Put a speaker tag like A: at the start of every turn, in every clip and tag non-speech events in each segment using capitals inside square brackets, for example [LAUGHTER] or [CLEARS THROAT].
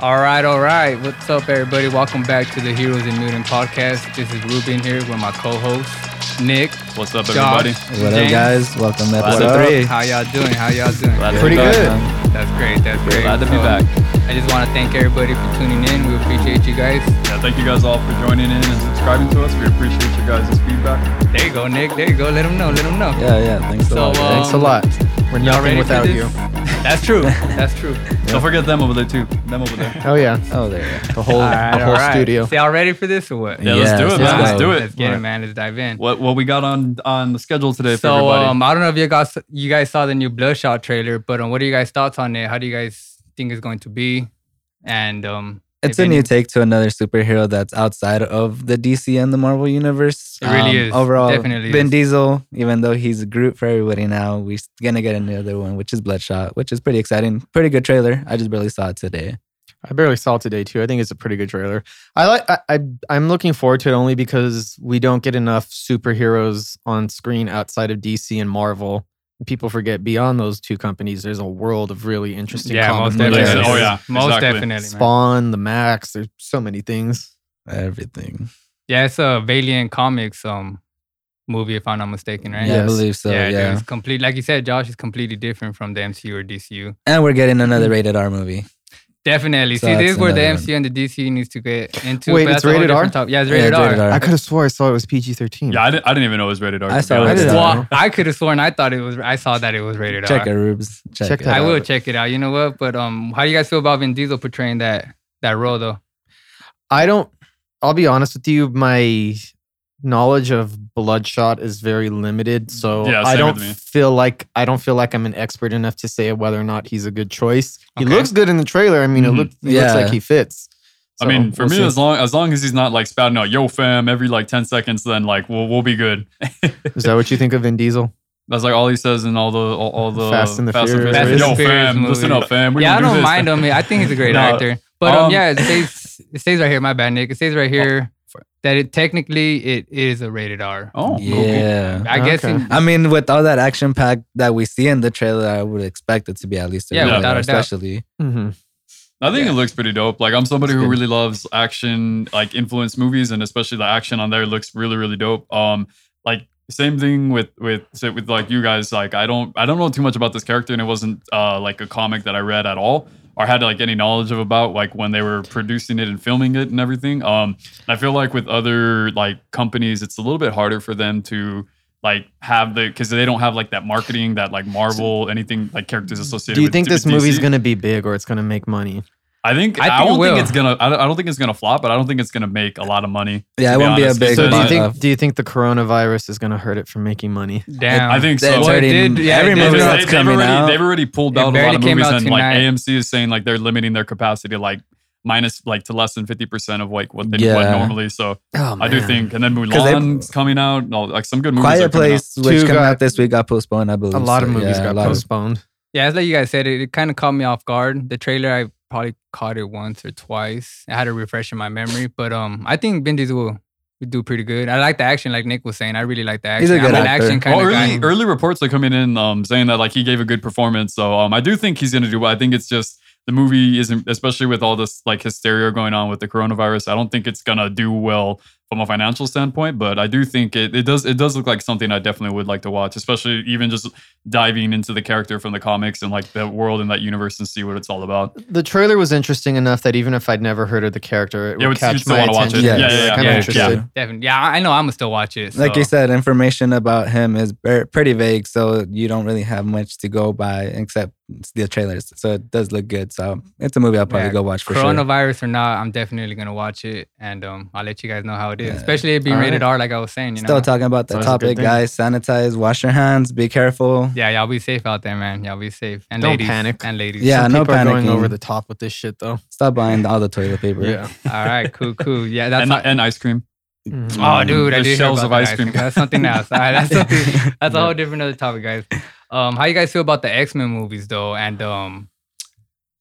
A: All right, all right. What's up, everybody? Welcome back to the Heroes in Mutant podcast. This is Ruben here with my co-host Nick.
B: What's up,
A: Josh.
B: everybody?
C: What
A: James.
C: up, guys? Welcome
B: What's up?
C: episode three.
A: How y'all doing? How y'all doing?
B: Glad to
C: Pretty
B: be back,
C: good.
B: man.
A: That's great. That's great.
B: Glad to be
A: So,
B: back.
A: I just want to thank everybody for tuning in. We appreciate you guys.
B: Yeah, thank you guys all for joining in and subscribing to us. We appreciate your guys' feedback.
A: There you go, Nick. There you go. Let them know. Let them know.
C: Yeah, yeah. Thanks
A: So,
C: a lot.
A: uh,
C: guys.
A: Thanks a lot.
D: We're
A: Y'all ready
D: nothing
A: for
D: without
A: this?
D: you.
A: That's
D: [LAUGHS]
A: true. That's true.
B: Don't forget them over there too. Them over there.
D: Oh yeah,
C: oh, there. you go.
D: the whole
A: All right,
D: the
A: all
D: whole
A: right.
D: studio.
A: So y'all ready for this or what?
B: Yeah, let's
C: Yes,
B: do it,
C: let's
B: man. Let's
C: go.
B: do
A: Let's
B: it.
A: get it, man. Let's dive in.
B: What what we got on on the schedule today for
A: So
B: everybody?
A: um, I don't know if you guys you guys saw the new Bloodshot trailer, but um, what are you guys thoughts on it? How do you guys think it's going to be? And um,
C: It's
A: if
C: a
A: any-
C: new take to another superhero that's outside of the DC and the Marvel universe. Um,
A: It really is.
C: Overall,
A: Definitely
C: Vin
A: is.
C: Diesel, even though he's a group for everybody now, we're gonna get another one, which is Bloodshot, which is pretty exciting. Pretty good trailer. I just barely saw it today.
D: I barely saw it today too. I think it's a pretty good trailer. I like. I, I I'm looking forward to it only because we don't get enough superheroes on screen outside of DC and Marvel. People forget beyond those two companies, there's a world of really interesting.
A: yeah,
D: comic
A: most
D: books.
A: definitely.
B: Yeah. Oh, yeah.
A: most
B: Exactly.
A: definitely. man.
D: Spawn, the Max. There's so many things.
C: Everything.
A: Yeah, it's a Valiant Comics um movie, if I'm not mistaken, right?
C: Yeah, I
D: Yes.
C: believe so.
A: yeah,
C: Yeah.
A: dude, it's complete. Like you said, Josh is completely different from the MCU or DCU.
C: And we're getting another rated R movie.
A: Definitely.
C: So
A: See, this
C: that's
A: is where the
C: another one.
A: MCU and the DC needs to get into.
D: Wait,
A: but
D: it's
A: that's a whole
D: rated R?
A: different topic. Yeah, it's
C: Yeah,
A: rated
C: it's
A: R.
C: rated R.
D: I could have swore I saw it was PG-13.
B: yeah, I didn't, I didn't even know it was rated R.
C: I
B: to be
C: saw it.
B: honest.
C: I did.
A: Well,
C: Yeah.
A: I could have sworn I thought it was. I saw that it was rated
C: Check it,
A: R.
C: Rubes. Check,
D: Check
C: it.
D: that
A: I
D: out.
A: will check it out. You know what? But um, how do you guys feel about Vin Diesel portraying that that role though?
D: I don't. I'll be honest with you. My knowledge of Bloodshot is very limited, so
B: Yeah,
D: I
B: same
D: don't
B: with me.
D: feel like I don't feel like I'm an expert enough to say whether or not he's a good choice. He
A: Okay.
D: looks good in the trailer. I mean,
B: Mhm.
D: it, look, it looks
C: Mm-hmm. Yeah.
D: like he fits.
B: I mean, for
D: we'll
B: me,
D: see.
B: as long as long as he's not like spouting out "Yo, fam" every like ten seconds, then like we'll we'll be good.
D: is that what you think of Vin Diesel?
B: That's like all he says in all the all, all the
D: Fast and the Furious.
B: Furious.
A: Fast
B: Yo,
A: and Furious
B: fam, listen
A: movie.
B: up, fam. We
A: yeah, I
B: gonna
A: don't
B: do
A: mind
B: this.
A: him. I think he's a
B: [LAUGHS]
A: great
B: No,
A: actor. But um,
B: um,
A: yeah, it stays it stays right here. My bad, Nick. It stays right here that it technically it is a rated R.
B: Oh,
C: yeah.
B: okay.
A: I guess
D: Okay.
A: in,
C: I mean, with all that action pack that we see in the trailer, I would expect it to be at least a
A: Yeah,
C: yeah,
A: without a doubt.
C: especially.
D: Mm-hmm.
B: I think
C: Yeah.
B: it looks pretty dope. Like I'm somebody
C: It's
B: who
C: good.
B: really loves action, like influence movies, and especially the action on there looks really, really dope. Um, like same thing with with so with like you guys. Like I don't I don't know too much about this character, and it wasn't uh like a comic that I read at all or had like any knowledge of about like when they were producing it and filming it and everything. Um, and I feel like with other like companies, it's a little bit harder for them to like have the because they don't have like that marketing that like Marvel anything like characters associated.
D: Do you
B: with
D: think
B: d-
D: this movie's
B: DC.
D: gonna be big or it's gonna make money?
B: I think
A: I
B: I,
A: think it
B: don't
A: will.
B: think it's gonna. I don't, I don't think it's gonna flop, but I don't think it's gonna make a lot of money.
C: Yeah,
B: to
C: it won't be a
B: honest.
C: big
D: So do you
C: But,
D: think
C: uh,
D: do you think the coronavirus is gonna hurt it from making money?
A: damn.
B: I think so.
C: That's
A: Well, it
C: already-
A: did- yeah, it
C: every
A: did.
B: Because
C: movie
A: It's-
C: that's
B: they, have
C: coming
B: already,
C: out.
B: they've already pulled
A: It
B: down a lot
A: barely
B: of
A: came
B: movies,
A: out
B: and like
A: tonight.
B: AMC is saying like they're limiting their capacity like minus like to less than fifty percent of like what they what
C: Yeah.
B: normally. So
D: Oh,
B: I do
D: man.
B: think, and then
C: 'Cause they-
B: Mulan's coming out. No, like some good movies. are
C: Quiet
B: coming out.
C: Place, which
D: Two
C: came
D: got-
C: out this week, got postponed. I believe
D: a lot of
C: so,
D: movies
C: yeah, a
D: got
C: lot of-
D: postponed.
A: Yeah, it's like you guys said, it, it kind of caught me off guard. The trailer, I probably caught it once or twice. I had to refresh in my memory, but um, I think Vin Diesel will, will do pretty good. I like the action, like Nick was saying. I really like the action.
C: He's a good
A: I'm an
C: actor.
A: action kind
B: Well,
A: of
B: early,
A: guy.
B: early reports are coming in um, saying that like he gave a good performance. So um, I do think he's going to do well. I think it's just the movie isn't, especially with all this like hysteria going on with the coronavirus. I don't think it's going to do well from a financial standpoint, but I do think it, it does it does look like something I definitely would like to watch, especially even just diving into the character from the comics and like the world and that universe and see what it's all about.
D: The trailer was interesting enough that even if I'd never heard of the character, it would
B: Yeah, we'd- you'd
D: catch
B: still
D: my
B: wanna watch
D: attention.
B: it.
C: Yeah,
D: Like,
C: yeah,
B: yeah,
D: I'm
B: yeah,
D: interested.
B: yeah.
A: Definitely. Yeah, I I know I'm gonna still watch it.
C: Like
A: so.
C: you said, information about him is ver- pretty vague, so you don't really have much to go by except the trailers. So it does look good. So it's a movie I'll probably
A: Yeah,
C: go watch for sure.
A: coronavirus or not, I'm definitely gonna watch it, and um, I'll let you guys know how it is.
C: Yeah.
A: Especially it being
D: All
A: rated
D: right.
A: R, like I was saying. You know,
C: Still talking about the
D: Sounds like a
C: topic,
D: good thing.
C: guys. Sanitize, wash your hands, be careful.
A: yeah, y'all be safe out there, man. Y'all be safe, and
D: Don't
A: ladies,
D: panic.
A: and ladies.
C: Yeah,
D: Some
C: no
D: people are going
C: panicking.
D: over the top with this shit though.
C: Stop buying all the toilet paper.
A: [LAUGHS] All right, cool, cool. Yeah, that's
B: And,
A: not.
B: and ice cream.
D: Mhm.
A: Oh,
B: Um,
A: dude, I
B: the
A: did hear
B: shells
A: about
B: of
A: that
B: ice cream.
A: That's something else. All right, that's
C: [LAUGHS]
A: something, that's a whole different other topic, guys. Um, how you guys feel about the X Men movies though, and um,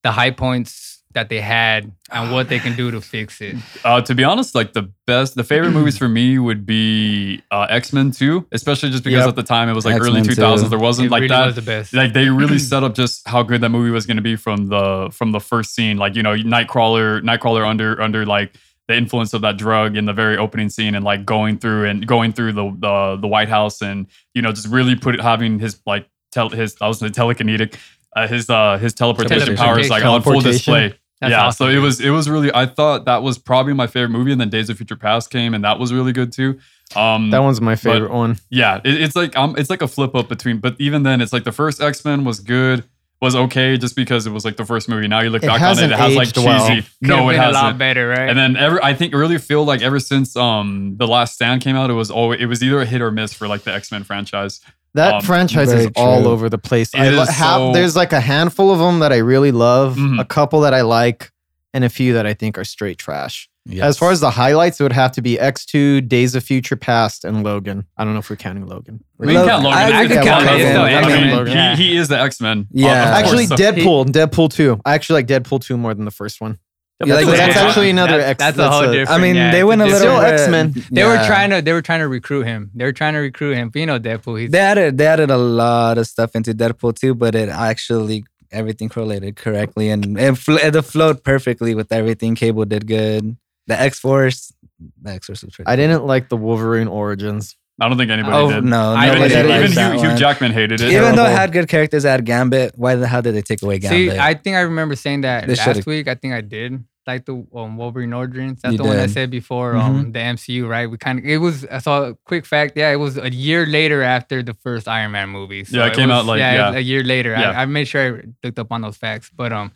A: the high points that they had and what they can do to fix it.
B: Uh, to be honest, like the best, the favorite movies for me would be uh, X Men Two, especially just because
D: Yep.
B: at the time it was like early
C: X-Men
B: two thousands.
C: 2.
B: There
A: It
B: wasn't like
A: really
B: that.
A: was the best.
B: like they really set up just how good that movie was going to be from the from the first scene like you know nightcrawler nightcrawler under under like the influence of that drug in the very opening scene and like going through and going through the the, the white house and you know just really put it having his like tell his i was gonna say telekinetic uh, his uh his teleportation,
A: Teleportation.
B: powers like on full
D: Teleportation.
B: display
A: That's
B: yeah
A: awesome,
B: so it
A: dude.
B: was it was really i thought that was probably my favorite movie and then days of future past came and that was really good too um
D: That one's my favorite one.
B: yeah, it, it's like um, it's like a flip up between. But even then, it's like the first X Men was good, was okay, just because it was like the first movie. Now you look
D: It
B: back on it,
D: hasn't
B: it has like
D: aged
B: cheesy.
D: well.
A: Could've
B: No, it
A: been a lot
B: hasn't.
A: better, right?
B: And then ever, I think really feel like ever since um the Last Stand came out, it was always it was either a hit or miss for like the X Men franchise.
D: That
B: Um,
D: franchise
C: very
D: is all
C: true.
D: over the place.
B: It
D: I lo-
B: is
D: have,
B: so-
D: there's like a handful of them that I really love,
B: Mhm.
D: a couple that I like, and a few that I think are straight trash.
C: Yes.
D: As far as the highlights, it would have to be X2, Days of Future Past, and Logan. I don't know if we're counting Logan.
B: We can count
C: Logan.
B: Logan.
C: I
B: I,
C: could
B: can
C: count
B: count Logan. still,
C: Logan. I
B: yeah.
C: mean,
B: I mean,
A: Logan.
B: he- he, is the X Men.
C: Yeah. Of
D: actually,
C: course,
D: Deadpool, Deadpool 2. I actually like Deadpool 2 more than the first one.
C: You like
D: That's,
C: that?
D: actually another
A: That's-
D: X.
A: That's, a whole different.
C: I mean,
A: yeah,
C: they
A: it's
C: went a little
A: different-
D: Still
C: bit-
D: X-Men.
A: uh, They were
C: yeah.
A: trying to. They were trying to recruit him. They were trying to recruit him. But you know, Deadpool. He's
C: They added they added a lot of stuff into Deadpool too, but it actually everything correlated correctly and it, fl- it flowed perfectly with everything. Cable did good. The X Force, the X Force was pretty.
D: I didn't like the Wolverine Origins.
B: I don't think anybody
C: Oh
B: did.
C: no!
A: I
C: nobody
B: even
A: didn't
C: did
B: even
C: like that
B: Hugh, Hugh
C: one.
B: Jackman hated it.
C: Even though it
D: Terrible.
C: had good characters, it had Gambit. Why? the- How did they take away Gambit?
A: See, I think I remember saying that
C: They
A: last
C: should've-
A: week. I think I did like the um, Wolverine Origins. That's
C: You
A: the one I
C: did.
A: said before. Um, the MCU, right? We kind of it was. I saw a quick fact. Yeah, it was a year later after the first Iron Man movie.
B: Yeah, it came
A: was-
B: out, like,
A: it was
B: yeah.
A: a year later.
B: Yeah.
A: I, I made sure I looked up on those facts, but um,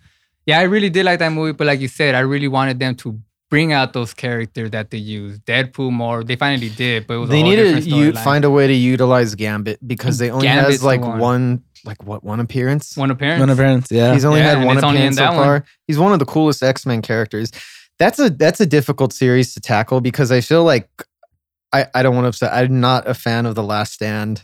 A: yeah, I really did like that movie. But like you said, I really wanted them to bring out those characters that they used. Deadpool more. They finally did, but it was a
D: They
A: whole
D: need
A: different
D: to u-
A: storyline.
D: find a way to utilize Gambit because they only
A: Gambit's
D: has like
A: the
D: one.
A: one.
D: like what one appearance.
A: one appearance.
C: one of parents. Yeah,
D: He's only
A: Yeah,
D: had
A: and
D: one
A: it's only in
D: appearance so
A: that one.
D: far. He's one of the coolest X Men characters. That's a that's a difficult series to tackle because I feel like I, I don't want to upset. I'm not a fan of the Last Stand.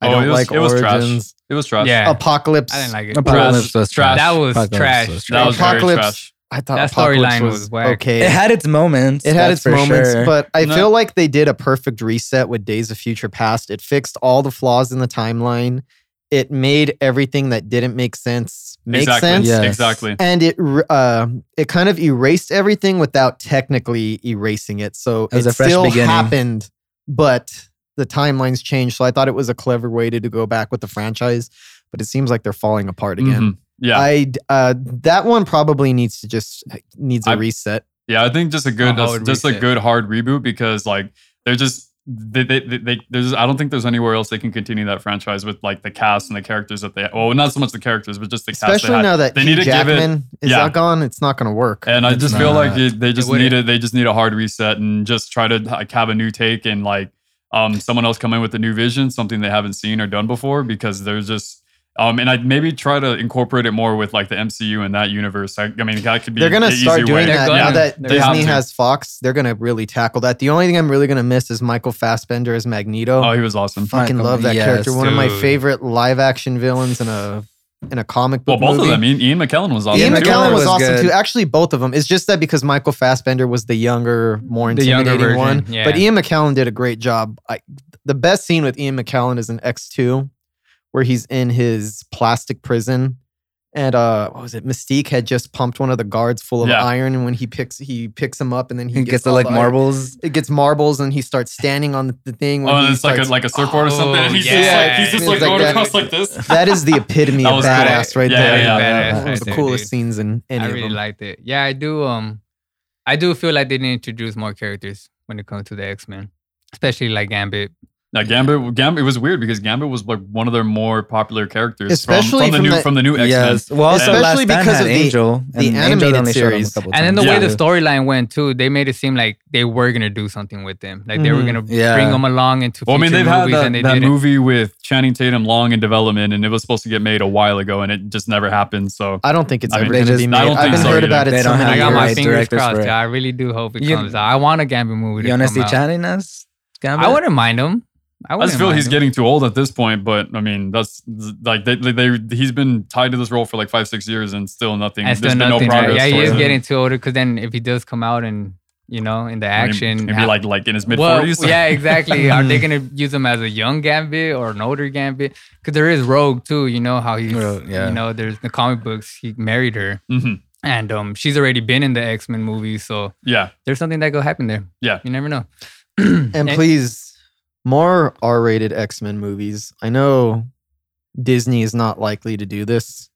D: I
B: Oh,
D: don't
B: it was-
D: like
B: it was trash.
D: Origins.
B: It was trash.
A: Yeah,
D: Apocalypse.
A: I didn't like it.
C: Apocalypse
B: Trash.
C: was
B: Trash.
C: trash.
A: That was
C: Apocalypse
A: trash.
B: That was very
D: Apocalypse.
B: trash.
D: I thought
A: That
D: Apocalypse
A: storyline
D: was,
A: was whack.
D: okay.
C: It had its moments.
D: It had
C: that's
D: its
C: for
D: moments,
C: sure.
D: but I
B: No.
D: feel like they did a perfect reset with Days of Future Past. It fixed all the flaws in the timeline. It made everything that didn't make sense make
B: exactly.
D: sense.
C: Yeah. Yes.
B: Exactly.
D: And it re- uh, it kind of erased everything without technically erasing it. So
C: It was
D: it
C: a fresh
D: still
C: beginning.
D: happened, but the timelines changed. So I thought it was a clever way to, to go back with the franchise, but it seems like they're falling apart again.
B: Mhm. Yeah.
D: I uh, that one probably needs to just needs a
B: I-
D: reset.
B: Yeah, I think just a good,
A: A hard
B: just a
A: reset.
B: good hard reboot because like they're just they they, they, they there's I don't think there's anywhere else they can continue that franchise with like the cast and the characters that they well not so much the characters but just the cast they
D: Especially
B: had.
D: now that
B: They
D: Hugh
B: need to give it-
D: Jackman is
B: yeah.
D: not gone, it's not going to work.
B: And I
C: It's
B: just feel like
C: not.
B: it, they just need
A: wouldn't.
B: a they just need a hard reset and just try to like have a new take and like um someone else come in with a new vision, something they haven't seen or done before because there's just um and I'd maybe try to incorporate it more with like the MCU and that universe. I, I mean that could be
D: they're going
B: an
D: to
B: easy
D: start
B: way.
D: doing that
A: They're
D: now
A: gonna.
D: that
A: They
B: have
D: Disney
B: to.
D: has Fox. They're going to really tackle that. The only thing I'm really going to miss is Michael Fassbender as Magneto.
B: Oh, he was awesome.
D: fucking
C: Michael-
D: love that
C: yes,
D: character. One of my
A: dude.
D: favorite live action villains in a in a comic
B: Well,
D: book.
B: both
D: movie.
B: of them. Ian, Ian McKellen was awesome.
D: Ian
B: too.
D: McKellen was,
C: was
D: awesome
C: good.
D: too. Actually, both of them. It's just that because Michael Fassbender was the younger, more
A: The younger
D: intimidating
A: version,
D: one.
A: yeah.
D: But Ian McKellen did a great job. I, the best scene with Ian McKellen is in X2, where he's in his plastic prison. And uh, what was it? Mystique had just pumped one of the guards full of
B: Yeah.
D: iron, and when he picks, he picks him up, and then he,
C: He gets the
D: all
C: like
D: the iron.
C: marbles.
D: It gets marbles, and he starts standing on the, the thing. when
B: Oh,
D: he
B: and it's like a,
D: starts-
B: like a surfboard or something.
A: Oh,
B: And he's just
A: yeah.
B: like he's just
D: It's
B: like,
D: like
B: going
D: that.
B: across like
D: [LAUGHS]
B: this.
D: That is the
B: [LAUGHS]
D: epitome
B: That
D: of
B: was cool.
D: badass right
B: Yeah,
D: there.
B: yeah,
A: yeah.
D: That was
A: Badass
D: the
A: right
D: coolest
A: there, dude.
D: scenes in any
A: I
D: of
A: really
D: them.
A: liked it. Yeah, I do. Um, I do feel like they didn't introduce more characters when it comes to the X Men, especially like Gambit.
B: Now Gambit, Gambit it was weird because Gambit was like one of their more popular characters,
D: Especially
B: from, from the
D: from
B: new
D: the-
B: from the new X Men.
C: Yes. Well, also
D: Especially
C: Last Stand
D: because
C: had
D: of the-
C: Angel,
D: the
C: and
D: animated
C: Angel only showed him a
D: series.
C: couple
A: And then the
C: times,
A: way the
C: too.
A: storyline went too, they made it seem like they were gonna do something with them, like they were
D: Mhm.
A: gonna
C: Mm-hmm. Yeah.
A: bring them along into.
B: Well, I mean,
A: future
B: they've had
A: movies
B: that,
A: and they
B: that
A: didn't.
B: movie with Channing Tatum long in development, and it was supposed to get made a while ago, and it just never happened. So
D: I don't think it's
B: I
D: ever
B: mean,
D: going
C: they
D: to
C: just-
D: be
C: I
D: made.
B: don't
D: I've
B: think
D: been
B: so
D: heard
B: either.
D: about it
C: They
D: so
C: don't have
A: I
D: many
A: got
C: the
D: years.
A: my
C: right
A: fingers
C: directors
A: crossed.
C: for it.
A: I really do hope it
C: You-
A: comes out. I want a Gambit movie to
C: You want to
A: come
C: see
A: out.
C: Channing as Gambit?
A: I wouldn't mind them. I
B: I
A: wouldn't
B: just feel
A: mind
B: he's
A: it.
B: getting too old at this point, but I mean, that's like they, they, they he's been tied to this role for like five, six years and still nothing.
A: And still
B: There's been
A: nothing.
B: no
A: right?
B: progress.
A: Yeah, he
B: towards
A: is
B: it.
A: getting too older. Because then if he does come out and you know in the
B: I mean,
A: action,
B: maybe
A: ha-
B: like like in his mid
A: well,
B: forties. [LAUGHS]
A: yeah, exactly. Are they gonna use him as a young Gambit or an older Gambit? Because there is Rogue too. You know how he's.
C: Rogue, yeah.
A: You know, there's the comic books. He married her,
B: hmm
A: and um, she's already been in the X Men movies. So
B: yeah,
A: there's something that could happen there.
B: Yeah.
A: you never know. [CLEARS THROAT]
D: And please, more R rated X Men movies. I know Disney is not likely to do this,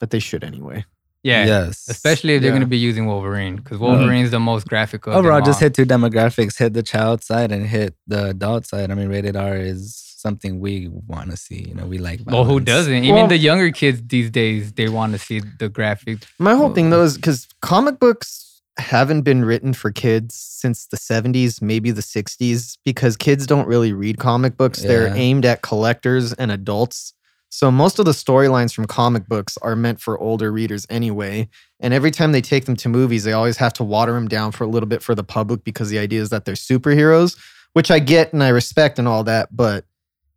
D: but they should anyway.
A: Yeah.
C: Yes.
A: Especially if they're
D: Yeah. Oh,
A: going to be using Wolverine, because
B: Uh-huh.
A: Wolverine's the most graphic of them
C: Overall, just
A: all.
C: hit two demographics: hit the child side and hit the adult side. I mean, rated R is something we want to see. You know, we like.
A: Well, who
C: violence.
A: doesn't? Even
D: Well-
A: the younger kids these days, they want to see the graphic.
B: Mm,
D: My whole thing though is because comic books haven't been written for kids since the 70s, maybe the 60s, because kids don't really read comic books. They're
C: Yeah.
D: aimed at collectors and adults. So most of the storylines from comic books are meant for older readers anyway. And every time they take them to movies, they always have to water them down for a little bit for the public because the idea is that they're superheroes, which I get and I respect and all that, but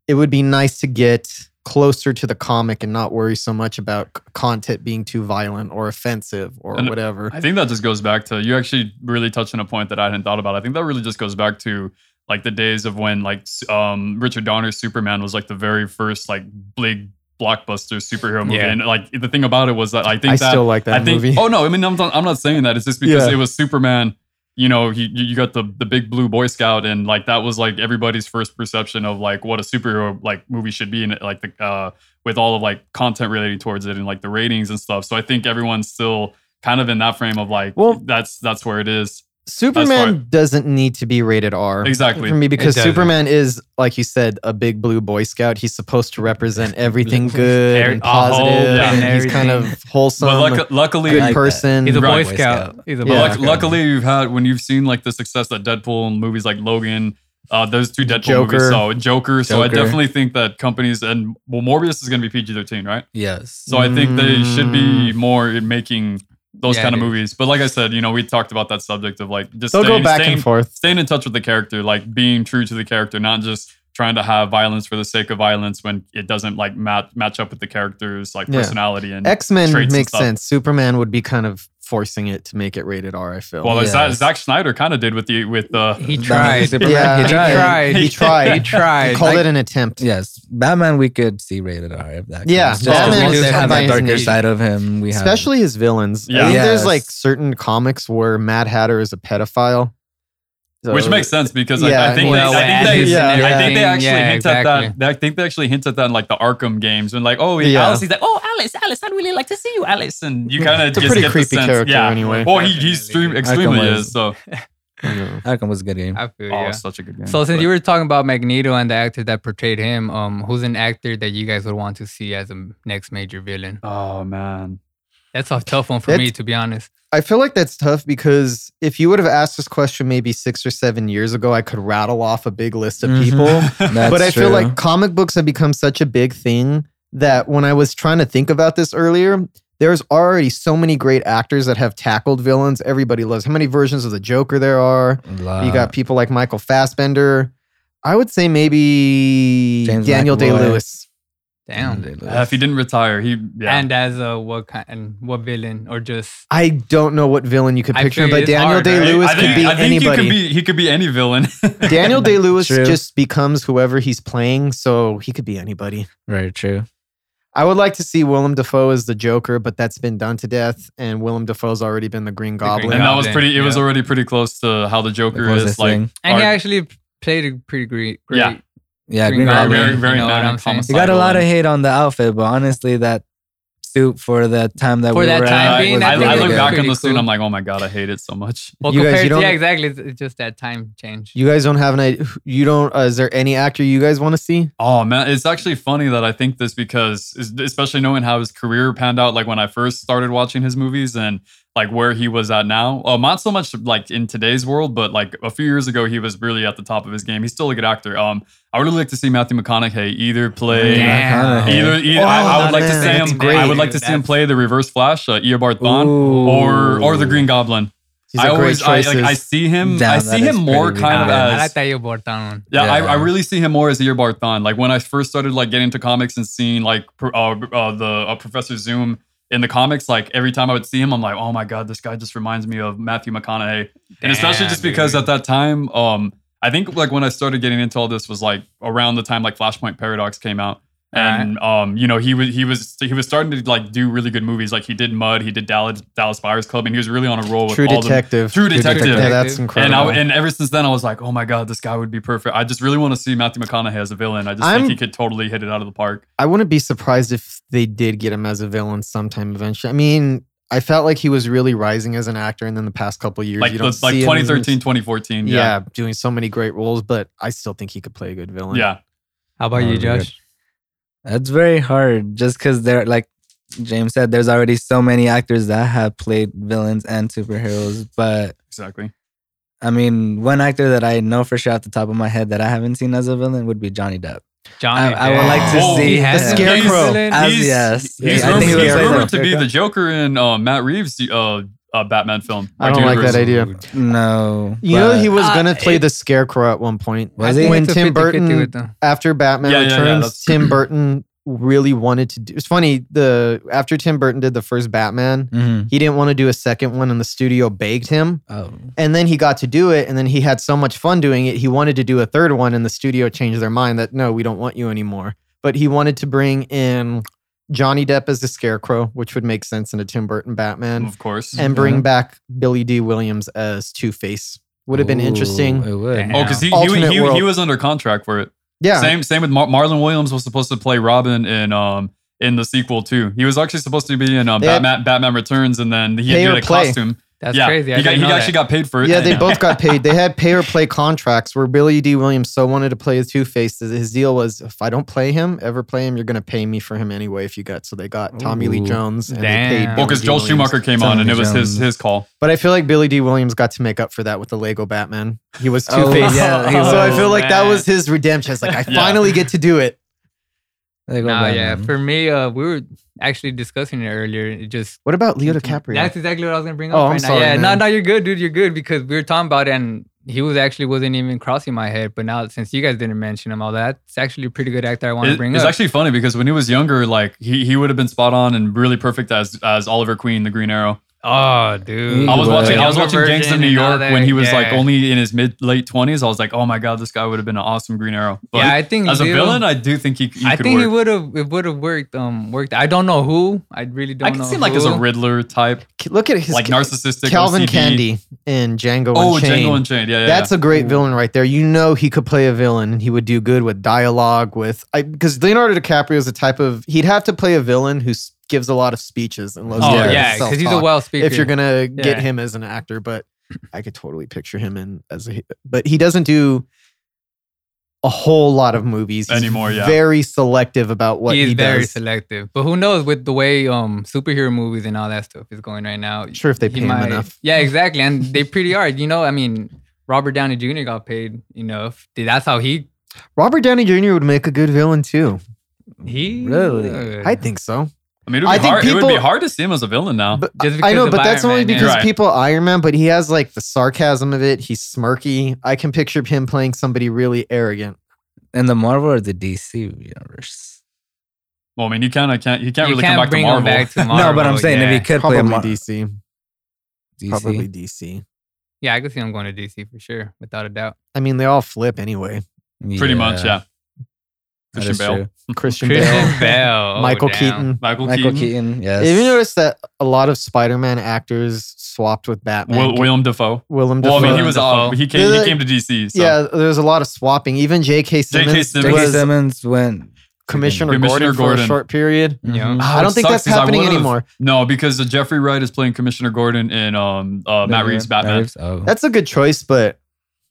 D: it would be nice to get closer to the comic and not worry so much about c- content being too violent or offensive or
B: And
D: whatever.
B: I think that just goes back to you actually really touching a point that I hadn't thought about. I think that really just goes back to like the days of when like s- um Richard Donner's Superman was like the very first like big blockbuster superhero movie,
A: Yeah.
B: and like the thing about it was that I think
D: I
B: that
D: still like that
B: I think.
D: movie.
B: Oh no, I mean I'm not, I'm not saying that. It's just because
D: Yeah.
B: it was Superman. You know, he, you you got the the big blue Boy Scout, and like that was like everybody's first perception of like what a superhero like movie should be, and like the uh, with all of like content relating towards it and like the ratings and stuff. So I think everyone's still kind of in that frame of like,
D: Well-
B: that's that's where it is.
D: [LAUGHS] Superman doesn't need to be rated R.
B: Exactly.
D: For me, because
A: doesn't.
D: Superman is, like you said, a big blue Boy Scout. He's supposed
A: [LAUGHS]
D: to represent everything good
A: Every-
D: and
A: a whole-
D: positive,
B: yeah.
D: and he's kind of wholesome,
B: But luck- luckily,
D: good
C: I like that.
D: person.
A: He's a
B: Right.
A: Boy Scout. He's a
D: Yeah.
B: But
A: Boy
B: luck-
A: Scout.
B: luckily, you've had when you've seen like the success that Deadpool and movies like Logan, uh, those two Deadpool movies,
D: Joker.
B: so Joker, So I
C: Joker.
B: definitely think that companies and well, Morbius is going to be PG thirteen, right?
C: Yes.
B: So I think they should be
D: Mm.
B: more in making those
A: Yeah,
B: kind of
A: dude.
B: movies. But like I said, you know, we talked about that subject of like just
D: They'll
B: staying,
D: go back
B: staying,
D: and forth.
B: staying in touch with the character, like being true to the character, not just trying to have violence for the sake of violence when it doesn't like match match up with the character's like
D: Yeah.
B: personality and
D: X
B: traits
D: Men
B: and
D: makes
B: stuff.
D: sense. Superman would be kind of forcing it to make it rated R. I feel.
B: well, as Zack-
C: yes.
B: Zack Schneider kind of did with the with the
A: he
C: Batman
A: tried.
C: Superman,
D: Yeah.
C: he
A: He
C: tried.
A: tried.
D: He tried.
A: He tried.
D: called
A: Like,
D: it an attempt.
C: Yes, Batman we could see rated R if that.
D: Yeah,
C: comes. just
A: Batman
C: because we
A: is
C: do have
A: something
C: that darker
A: unique.
C: side of him. We have
D: Especially his villains.
B: Yeah.
D: I think there's
C: Yes.
D: like certain comics where Mad Hatter is a pedophile. So-
B: Which makes sense because like, I
D: Yeah,
B: think they, I
D: well,
B: think they,
D: Addison and
B: I think they
A: everything.
B: actually
A: Yeah,
B: hint at
A: exactly.
B: that. they- I think they actually hint at that in like the Arkham games and like, oh,
D: Yeah.
B: Alice, he's like, oh, Alice, Alice, I'd really like to see you, Alice, and you kind of
D: It's a
B: just
D: pretty
B: get
D: creepy
B: the sense,
D: character
B: yeah.
D: anyway.
B: Well, he, he's
A: Definitely.
B: extreme, extremely
C: Arkham
B: is
C: was-
B: so.
D: I know.
C: Arkham was a good game.
A: I feel
B: Oh,
A: yeah.
B: such a good game.
A: So since
B: But-
A: you were talking about Magneto and the actor that portrayed him, um, who's an actor that you guys would want to see as a next major villain?
B: oh man,
A: That's a tough one for
D: That's-
A: me, to be honest.
D: I feel like that's tough because if you would have asked this question maybe six or seven years ago, I could rattle off a big list of
C: Mhm.
D: [LAUGHS] people.
C: That's
D: but I feel
C: true.
D: like comic books have become such a big thing that when I was trying to think about this earlier, there's already so many great actors that have tackled villains. Everybody loves how many versions of the Joker there are. you
C: Uh,
D: got people like Michael Fassbender. I would say maybe
C: James
D: Daniel Day
C: McAvoy.
D: Lewis.
A: Damn.
C: Mm,
B: Uh, if he didn't retire, he yeah.
A: And as a what kind and what villain or just
D: I don't know what villain you could
A: I
D: picture,
A: figure
D: but
A: it's
D: Daniel
A: hard,
D: Day
A: right?
D: Lewis
B: I think,
D: could be
B: I think
D: anybody.
B: He could be, he could be any villain. [LAUGHS]
D: Daniel
C: [LAUGHS]
D: Day Lewis
C: True.
D: just becomes whoever he's playing, so he could be anybody.
C: Very true.
D: I would like to see Willem Dafoe as the Joker, but that's been done to death, and Willem Dafoe's already been the Green
A: Green
D: Goblin.
B: and that was
A: Goblin,
B: pretty. It was
A: yeah.
B: already pretty close to how the
C: Like,
B: Joker
C: what was
B: is
C: this
B: like.
C: thing?
A: and he
B: art-
A: actually played a pretty great, great
B: Yeah.
C: Yeah,
A: Green
C: Green
A: Goblin.
B: very
C: Goblin.
B: very
A: know what I'm
B: manic,
A: saying?
C: He got a
B: homicidal,
C: lot of
B: and-
C: hate on the outfit, but honestly, that suit for the time that
A: For
C: we
A: that
C: were
A: time
C: at
A: being,
C: was
B: I, I,
A: think
C: really
A: it
B: look
A: was
C: good.
B: back on
A: pretty
B: the suit.
A: cool.
B: I'm like, oh my god, I hate it so much.
A: Well,
D: You guys- you
A: compared,
D: don't-
A: yeah, exactly. It's, it's just that time change.
D: You guys don't have an idea. You don't. Uh, is there any actor you guys want to see?
B: Oh man, it's actually funny that I think this because, es- especially knowing how his career panned out, like when I first started watching his movies and like where he was at now. Oh, not so much like in today's world, but like a few years ago, he was really at the top of his game. He's still a good actor. Um, I would really like to see Matthew McConaughey either play.
A: Yeah.
C: Damn.
B: Either, either I, I would
D: Oh,
B: like
D: man,
B: to
D: that's
B: see him.
D: great.
B: I would like to see him
A: That's-
B: play the Reverse Flash, uh, Eobard Thawne,
C: Ooh.
B: or or the Green Goblin.
D: These
B: I
D: are
B: always I, like,
D: great choices.
B: I see him.
C: Damn,
B: I
C: that
B: see him
C: is
B: more
C: pretty
B: kind of
A: I,
B: as
A: I like that you bought that one.
B: Yeah, I, I
C: Yeah.
B: really see him more as a year Barthon. Like when I first started like getting into comics and seeing like pr- uh, uh, the uh, Professor Zoom in the comics, like every time I would see him, I'm like, oh my god, this guy just reminds me of Matthew McConaughey, and especially
A: Damn,
B: just because
A: dude.
B: at that time, um, I think like when I started getting into all this was like around the time like Flashpoint Paradox came out. And um, you know he was he was he was starting to like do really good movies like he did Mud he did Dallas Dallas Buyers Club and he was really on a roll with
D: True
B: all the
D: Detective.
B: True Detective.
D: Yeah,
A: And I-
D: that's
B: and,
D: incredible.
B: I, and ever since then, I was like, oh my God, this guy would be perfect. I just really want to see Matthew McConaughey as a villain. I just
D: I'm-
B: think he could totally hit it out of the park.
D: I wouldn't be surprised if they did get him as a villain sometime eventually. I mean, I felt like he was really rising as an actor, and then the past couple years,
B: Like,
D: you
B: the,
D: don't
B: like
D: see him as-
B: 2013, 2014.
D: yeah.
B: Yeah.
D: doing so many great roles. But I still think he could play a good
B: Yeah.
D: villain.
A: How about
C: Oh,
A: you,
C: good.
A: Josh?
C: That's very hard just because there, like James said, there's already so many actors that have played villains and superheroes. But
B: exactly.
C: I mean, one actor that I know for sure off the top of my head that I haven't seen as a villain would be Johnny Depp.
A: Johnny.
C: I would
A: Depp.
C: like to
A: Whoa,
C: see
A: he
C: the
A: has been
D: Scarecrow.
A: villain?
C: As-
B: He's-
C: yes.
B: He's
D: Yeah, I
B: rumored,
D: think he
B: he's
D: was like
B: rumored
D: that.
B: to be the Joker in uh, Matt Reeves' uh, uh, Batman film.
D: I don't like that
B: Universal.
D: idea.
C: No.
D: You know, he was
A: Uh,
D: gonna play
A: it-
D: the Scarecrow at one point.
C: Was
A: I
C: he?
A: think
D: When
A: it's a
D: Tim
A: 50-50
D: Burton-
A: with them.
D: after Batman
B: Yeah, yeah, yeah,
D: Returns,
B: that's- [CLEARS THROAT]
D: Tim Burton really wanted to do. It's funny the after Tim Burton did the first Batman,
C: hmm
D: he didn't want to do a second one, and the studio begged him.
C: Oh.
D: And then he got to do it, and then he had so much fun doing it. He wanted to do a third one, and the studio changed their mind that no, we don't want you anymore. But he wanted to bring in Johnny Depp as the Scarecrow, which would make sense in a Tim Burton Batman,
B: Of course.
D: and bring back Billy D. Williams as Two Face. Would have been
C: Ooh,
D: interesting.
C: It would.
A: Damn.
B: oh, because he, he,
D: Alternate
B: he, he
D: world.
B: was under contract for it.
D: Yeah,
B: Same same with Mar- Marlon Williams was supposed to play Robin in um in the sequel too. He was actually supposed to be in um,
D: They had-
B: Batman Batman Returns, and then he
D: Pay
B: did
D: or
B: a
D: play.
B: costume.
A: That's
B: yeah,
A: crazy. I
B: he, got,
A: didn't
B: he
A: know
B: actually
A: that.
B: got paid for it.
D: Yeah,
B: [LAUGHS]
D: they both got paid. They had pay or play contracts where Billy D. Williams so wanted to play Two Face. that His deal was if I don't play him, ever play him, you're going to pay me for him anyway if you got. So they got Tommy Lee
C: Ooh.
D: Jones and
A: Damn.
D: they
A: Well,
D: paid.
B: Well,
D: Billy
B: because
D: D.
B: Joel
D: Williams.
B: Schumacher came on, and it
C: Tommy
B: was his
C: Jones.
B: his call.
D: But I feel like Billy D. Williams got to make up for that with the Lego Batman. He was Two
C: Oh,
D: Face.
C: yeah, he
D: [LAUGHS] so I
C: was.
D: feel like that
A: Man.
D: was his redemption. It's like,
B: [LAUGHS]
D: I
B: Yeah.
D: finally get to do it.
C: They go
A: Nah,
C: Batman.
A: yeah. For me, uh, we were actually discussing it earlier. It just
D: What
B: [LAUGHS]
D: about Leo DiCaprio?
A: That's exactly what I was gonna bring up.
D: Oh, I'm
A: right now.
D: sorry,
A: Yeah, no,
D: man.
A: no, you're good, dude. You're good because we were talking about it, and he was actually wasn't even crossing my head. But now since you guys didn't mention him, all that it's actually a pretty good actor I want to
B: It-
A: bring
B: it's
A: up.
B: actually funny because when he was younger, like he, he would have been spot on and really perfect as as Oliver Queen, the Green Arrow.
A: oh, dude,
C: He
B: I was
C: was.
D: uh,
B: watching I was
A: Younger
B: watching Gangs of
A: version
B: New
A: and all
B: York
A: that,
B: when he was like
A: yeah.
B: only in his mid late twenties. I was like, oh my god, this guy would have been an awesome Green Arrow. But
A: yeah, I think
B: as a
A: Leo-
B: villain, I do think he, he
A: I
B: could
A: think
B: work.
A: he would have it would have worked. Um, worked. I don't know who. I really don't.
B: I can
A: know
B: see him like as a
A: who.
B: Riddler type,
D: Look at his
B: like narcissistic
D: Calvin
B: OCD.
D: Candy in Django
B: Oh,
D: Unchained.
B: Django Unchained. Yeah, yeah.
D: That's
B: yeah.
D: a great villain right there. You know he could play a villain. He would do good with dialogue with I because Leonardo DiCaprio is the type of he'd have to play a villain who s- gives a lot of speeches and loves
B: Oh,
D: to
A: yeah,
D: hear
A: yeah,
D: himself
A: because he's a
D: talk,
A: well speaker.
D: If you're gonna get
A: Yeah.
D: him as an actor, but I could totally picture him in as a but he doesn't do a whole lot of movies He's
B: Anymore, yeah.
D: Very selective about what
A: he is
D: he
A: very
D: does.
A: selective. But who knows with the way um superhero movies and all that stuff is going right now?
D: sure, if they
A: he
D: pay him
A: might-
D: enough.
A: [LAUGHS] Yeah, exactly. And they pretty are. You know, I mean, Robert Downey Jr. got paid enough. Dude, That's how he
D: Robert Downey Jr. would make a good villain too.
A: he
C: Really?
A: uh,
D: I think so.
B: I mean, it
D: I
B: would, be
D: think
B: hard, it would be
D: people-
B: hard to see him as a villain now.
D: But
A: Just
D: I
A: because
D: know,
A: of
D: but that's
A: Iron
D: only
A: Man, yeah.
D: because
B: Right.
D: people Iron Man, but he has like the sarcasm of it. He's smirky. I can picture him playing somebody really arrogant.
C: In the Marvel or the DC universe?
B: well, I mean, you kind of can't. You can't
A: you
B: really
A: can't
B: come back to
A: bring
B: Marvel.
A: him back to Marvel.
C: [LAUGHS] no, but I'm saying
A: yeah.
C: if he could
D: Probably
C: play a Mar-
D: DC.
C: DC.
D: Probably DC.
A: yeah, I could see him going to DC for sure, without a doubt.
D: I mean, they all flip anyway.
B: Pretty much, yeah.
C: that
B: [LAUGHS] Christian
C: is
B: Bale,
C: true.
D: Christian Bale,
A: Christian
D: [LAUGHS]
A: Bale, oh,
D: Michael
A: damn.
D: Keaton.
B: Michael,
C: Michael
B: Keaton,
C: Keaton, yes.
D: Have you noticed that a lot of Spider-Man actors swapped with Batman?
B: Will, William Dafoe.
D: Willem
B: Well, I mean, he
D: Dafoe.
B: was
A: Dafoe.
B: off. He came.
D: They're
B: He came to DC. So.
D: Yeah, there's a lot of swapping. Even J.K.
B: Simmons.
D: Simmons,
C: J.K.
D: was
C: Simmons went.
D: Commissioner,
B: Commissioner
D: Gordon, for a
B: Gordon.
D: short period.
A: Yeah.
C: Mhm.
B: Ah,
D: I don't
B: it
D: think
B: sucks
D: that's
B: 'cause I
D: happening
B: would've-
D: anymore.
B: No, because uh, Jeffrey Wright is playing Commissioner Gordon in um, uh, Matt Reeves' Batman.
C: Reeves? Oh.
D: That's a good choice, but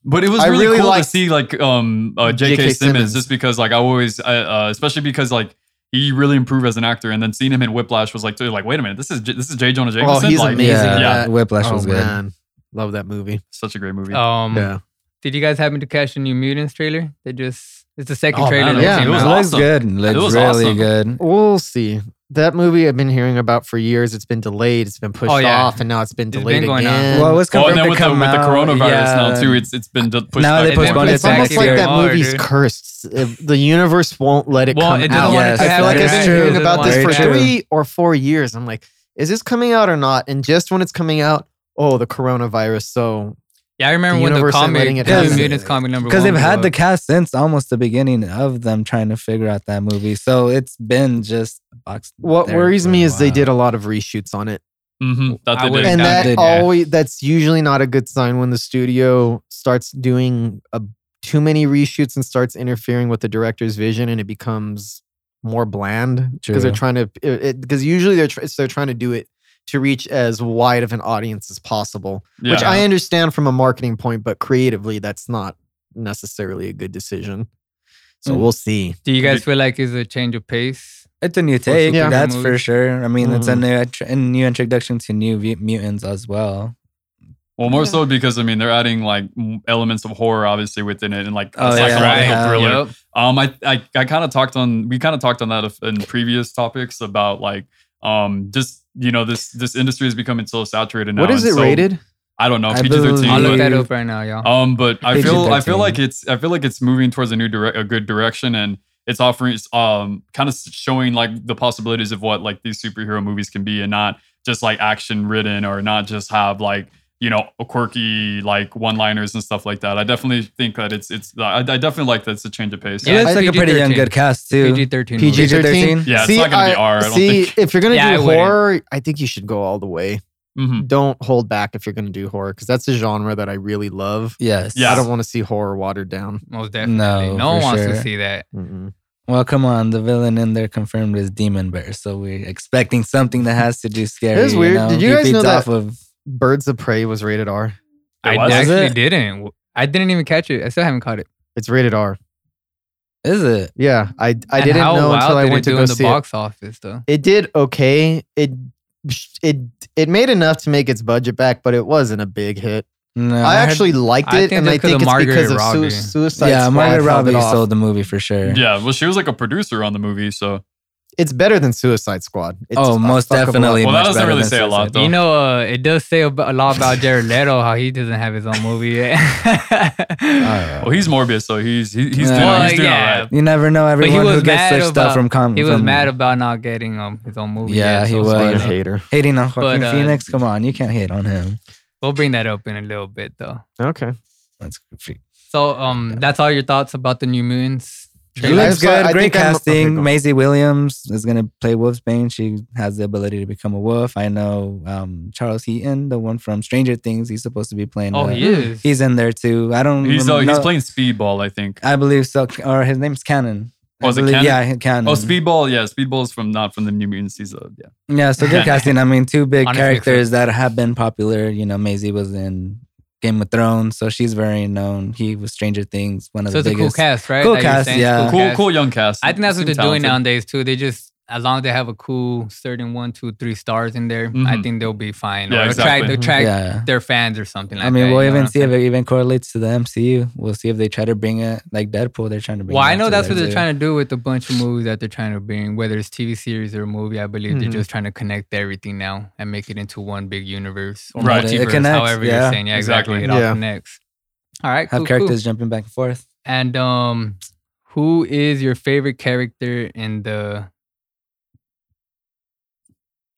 B: But it was
D: I
B: really,
D: really
B: cool
D: liked-
B: to see like um uh, J.K.
D: J.K.
B: Simmons,
D: Simmons.
B: just because like I always, I, uh, especially because like he really improved as an actor, and then seeing him in Whiplash was like, dude, like wait a minute, this is J- this is J. Jonah Jameson.
D: Oh, he's
B: like,
D: amazing.
C: yeah,
B: in
D: that.
C: Whiplash
D: oh
C: was good.
D: man, love that movie.
B: Such a great movie.
D: Uh,
A: Um,
D: Mm-hmm. yeah.
A: Did you guys happen to catch the New Mutants trailer? They just it's the second
B: Oh,
A: trailer.
B: man,
A: that
D: yeah,
A: came
D: it was
A: out.
C: It looks
B: awesome.
C: good. Looks
B: was
C: really
B: awesome.
C: good.
D: We'll see. that movie I've been hearing about for years. It's been delayed. It's been pushed
A: Oh, yeah.
D: off, and now it's been
A: It's been
D: delayed
A: going on.
D: again.
C: Well, it was
B: Oh,
C: confirmed
B: and then
C: to
B: with the,
C: come
B: with the
C: out,
B: coronavirus now
C: yeah.
B: too, it's it's been d- pushed
C: Now
B: back.
C: they
B: again.
C: postponed
A: put
C: it
A: it
D: it's
A: back
C: to next
D: almost
A: in
D: like
A: there.
C: year.
D: that
A: Smaller,
D: movie's
A: dude.
D: cursed. It- the universe won't let it
B: Well,
D: come
B: it doesn't
D: out.
B: want it
C: Yes,
B: to
A: I have
B: come
A: like
B: out.
A: a
D: I've
A: That's
D: been
A: true.
D: hearing about this
C: Very
D: for
C: true.
D: three or four years. I'm like, is this coming out or not? And just when it's coming out, oh, the coronavirus. So
A: Yeah, I remember
D: The
A: when the
D: universe ain't
A: comic,
D: letting it
A: New
C: happen.
A: Mutants comic number
C: Because
A: one
C: they've had
A: blew
C: the
A: up.
C: cast since almost the beginning of them trying to figure out that movie. So it's been just boxed.
D: what
C: there
D: worries
C: for
D: me
C: a
D: is they
C: while.
D: did a lot of reshoots on it.
B: Mhm, that
A: I
B: they
A: would-
B: did.
A: Big
D: and
A: time.
D: that
C: Did, yeah.
D: always that's usually not a good sign when the studio starts doing a, too many reshoots and starts interfering with the director's vision and it becomes more bland because they're
C: True.
D: trying to because usually they're tr- they're trying to do it to reach as wide of an audience as possible
B: yeah.
D: which i understand from a marketing point but creatively that's not necessarily a good decision so
C: Mm.
D: we'll see
A: Do you guys feel like it's a change of pace?
C: It's a new take,
D: superhero Mm-hmm.
C: that's for
A: movies.
C: sure. I mean, it's a new, attr- a new introduction to new v- mutants as well.
B: Well, more so because I mean they're adding like m- elements of horror obviously within it and like
C: Oh, yeah,
B: psychological
D: Uh,
C: yeah.
B: thriller.
A: Yep.
B: Um, I I, I kind of talked on we kind of talked on that in previous topics about like um just you know this this industry is becoming so saturated now.
D: what is
B: and
D: it
B: so-
D: rated
B: I don't know
C: I
B: PG
A: I'll
B: thirteen.
A: look that
C: Yeah.
A: up right now, y'all.
B: Um, but I
C: PG-13.
B: feel I feel like it's I feel like it's moving towards a new direct a good direction and it's offering it's, um kind of showing like the possibilities of what like these superhero movies can be and not just like action ridden or not just have like you know quirky like one liners and stuff like that. I definitely think that it's it's I, I definitely like that it's a change of pace.
A: It is
C: it's like a pretty young,
A: PG-13.
C: good cast too.
A: PG thirteen.
D: PG
C: PG-13?
B: Yeah, it's not gonna be R, I don't
D: see,
B: think.
D: if you're gonna
A: Yeah, I
D: do
A: wouldn't.
D: horror, I think you should go all the way.
B: Mhm.
D: don't hold back if you're going to do horror because that's a genre that I really love.
C: Yes.
B: Yeah.
D: I don't want to see horror watered down.
A: Most definitely. No,
C: No,
A: one
C: for
A: wants to
C: sure.
A: see that.
C: Well, come on. The villain in there confirmed is Demon Bear. So we're expecting something that has to do scary.
D: is weird.
C: You know?
D: Did you
C: He
D: guys
C: feeds
D: know that-
C: off of
D: Birds of Prey was rated R.
B: It
A: I
B: was?
A: actually
C: Is it?
A: didn't. I didn't even catch it. I still haven't caught it.
D: It's rated R.
C: Is it?
D: Yeah, I I
A: And
D: didn't
A: how
D: know
A: wild
D: until I
A: did
D: went
A: it
D: to
A: do
D: go
A: in the
D: see
A: box office, though.
D: it. It did okay. It it it made enough to make its budget back, but it wasn't a big hit.
C: No.
D: I
C: heard-
D: actually liked
A: I
D: it,
A: think
D: and I
A: just 'cause of
D: think it's because
A: Margaret
D: of
A: Robbie.
D: Su- Suicide
C: Yeah,
D: Squad
C: Margaret
D: held
C: Robbie
D: it off.
C: sold the movie for sure.
B: Yeah, well, she was like a producer on the movie, so
D: It's better than Suicide Squad. It's
C: Oh,
D: a
C: most
D: fuck of a lot
C: definitely.
B: Well, that
C: much
B: doesn't
C: better
B: really
C: than
B: say a lot,
C: Suicide
B: though.
A: You know, uh, it does say ab- a lot about Jared Leto how he doesn't have his own movie yet. [LAUGHS]
C: Alright.
B: well, he's Morbius, so he's he, he's doing,
C: Well,
B: he's doing
A: yeah.
B: all right.
C: You never know.
A: he
C: Everyone
A: was
C: who
A: mad
C: gets such
A: about-
C: stuff from comic.
A: he was mad about not getting um, his own movie.
C: Yeah,
A: yet,
C: he
A: so it's
C: was.
A: like,
D: You're a
A: uh,
D: hater.
C: hating on Joaquin
A: But, uh,
C: Phoenix. Come on, you can't hate on him.
A: We'll bring that up in a little bit, though.
D: Okay,
C: That's free.
A: So, um, that's all your thoughts about the New Moons.
C: It looks
D: I- I
C: good. Great
D: think I'm-
C: casting.
D: okay, go.
C: Maisie Williams is gonna play Wolfsbane. She has the ability to become a wolf. I know um, Charles Heaton, the one from Stranger Things. He's supposed to be playing.
A: Oh,
C: the-
A: he is.
C: He's in there too. I don't.
B: He's uh,
C: remem-
B: he's
C: no,
B: playing speedball, I think.
C: I believe so. Or his name's Cannon.
B: Oh,
C: I
B: is it
C: believe-
B: Cannon?
C: Yeah, Cannon.
B: Oh, Speedball, yeah, Speedball is from not from the New Mutants. He's uh, yeah.
C: Yeah, so good casting. I mean, two big
A: Honestly,
C: characters that have been popular. You know, Maisie was in Game of Thrones, so she's very known. He was Stranger Things, one of
A: So it's
C: the
A: a cool
C: biggest.
A: cast, right?
C: Cool
A: Like you're
C: cast,
A: saying,
C: yeah.
B: Cool,
A: cast.
B: cool young cast.
A: I think that's what
B: Seem
A: they're doing
B: talented.
A: nowadays too. They just as long as they have a cool certain one, two, three stars in there, I
B: Mhm.
A: think they'll be fine.
B: Yeah,
A: or
B: exactly.
A: attract, attract
C: yeah.
A: their fans or something like
C: I
A: that.
C: mean,
A: you
C: we'll
A: know what
C: even
A: I'm
C: see if
A: saying?
C: it even correlates to the MCU. We'll see if they try to bring it like Deadpool. They're trying to bring.
A: Well,
C: it
A: I know
C: to
A: that's
C: there,
A: what they're
C: too.
A: trying to do with a bunch of movies that they're trying to bring, whether it's TV series or a movie. I believe
B: Mm-hmm.
A: they're
D: Mhm.
A: just trying to connect everything now and make it into one big universe or
B: Right. It
A: multiverse,
C: connects,
A: however
C: yeah.
A: you're saying. Yeah, exactly.
B: Exactly.
A: It all
D: Yeah.
A: connects. All right,
C: Have
A: cool, cool.
C: characters jumping back and forth.
A: And um, who is your favorite character in the?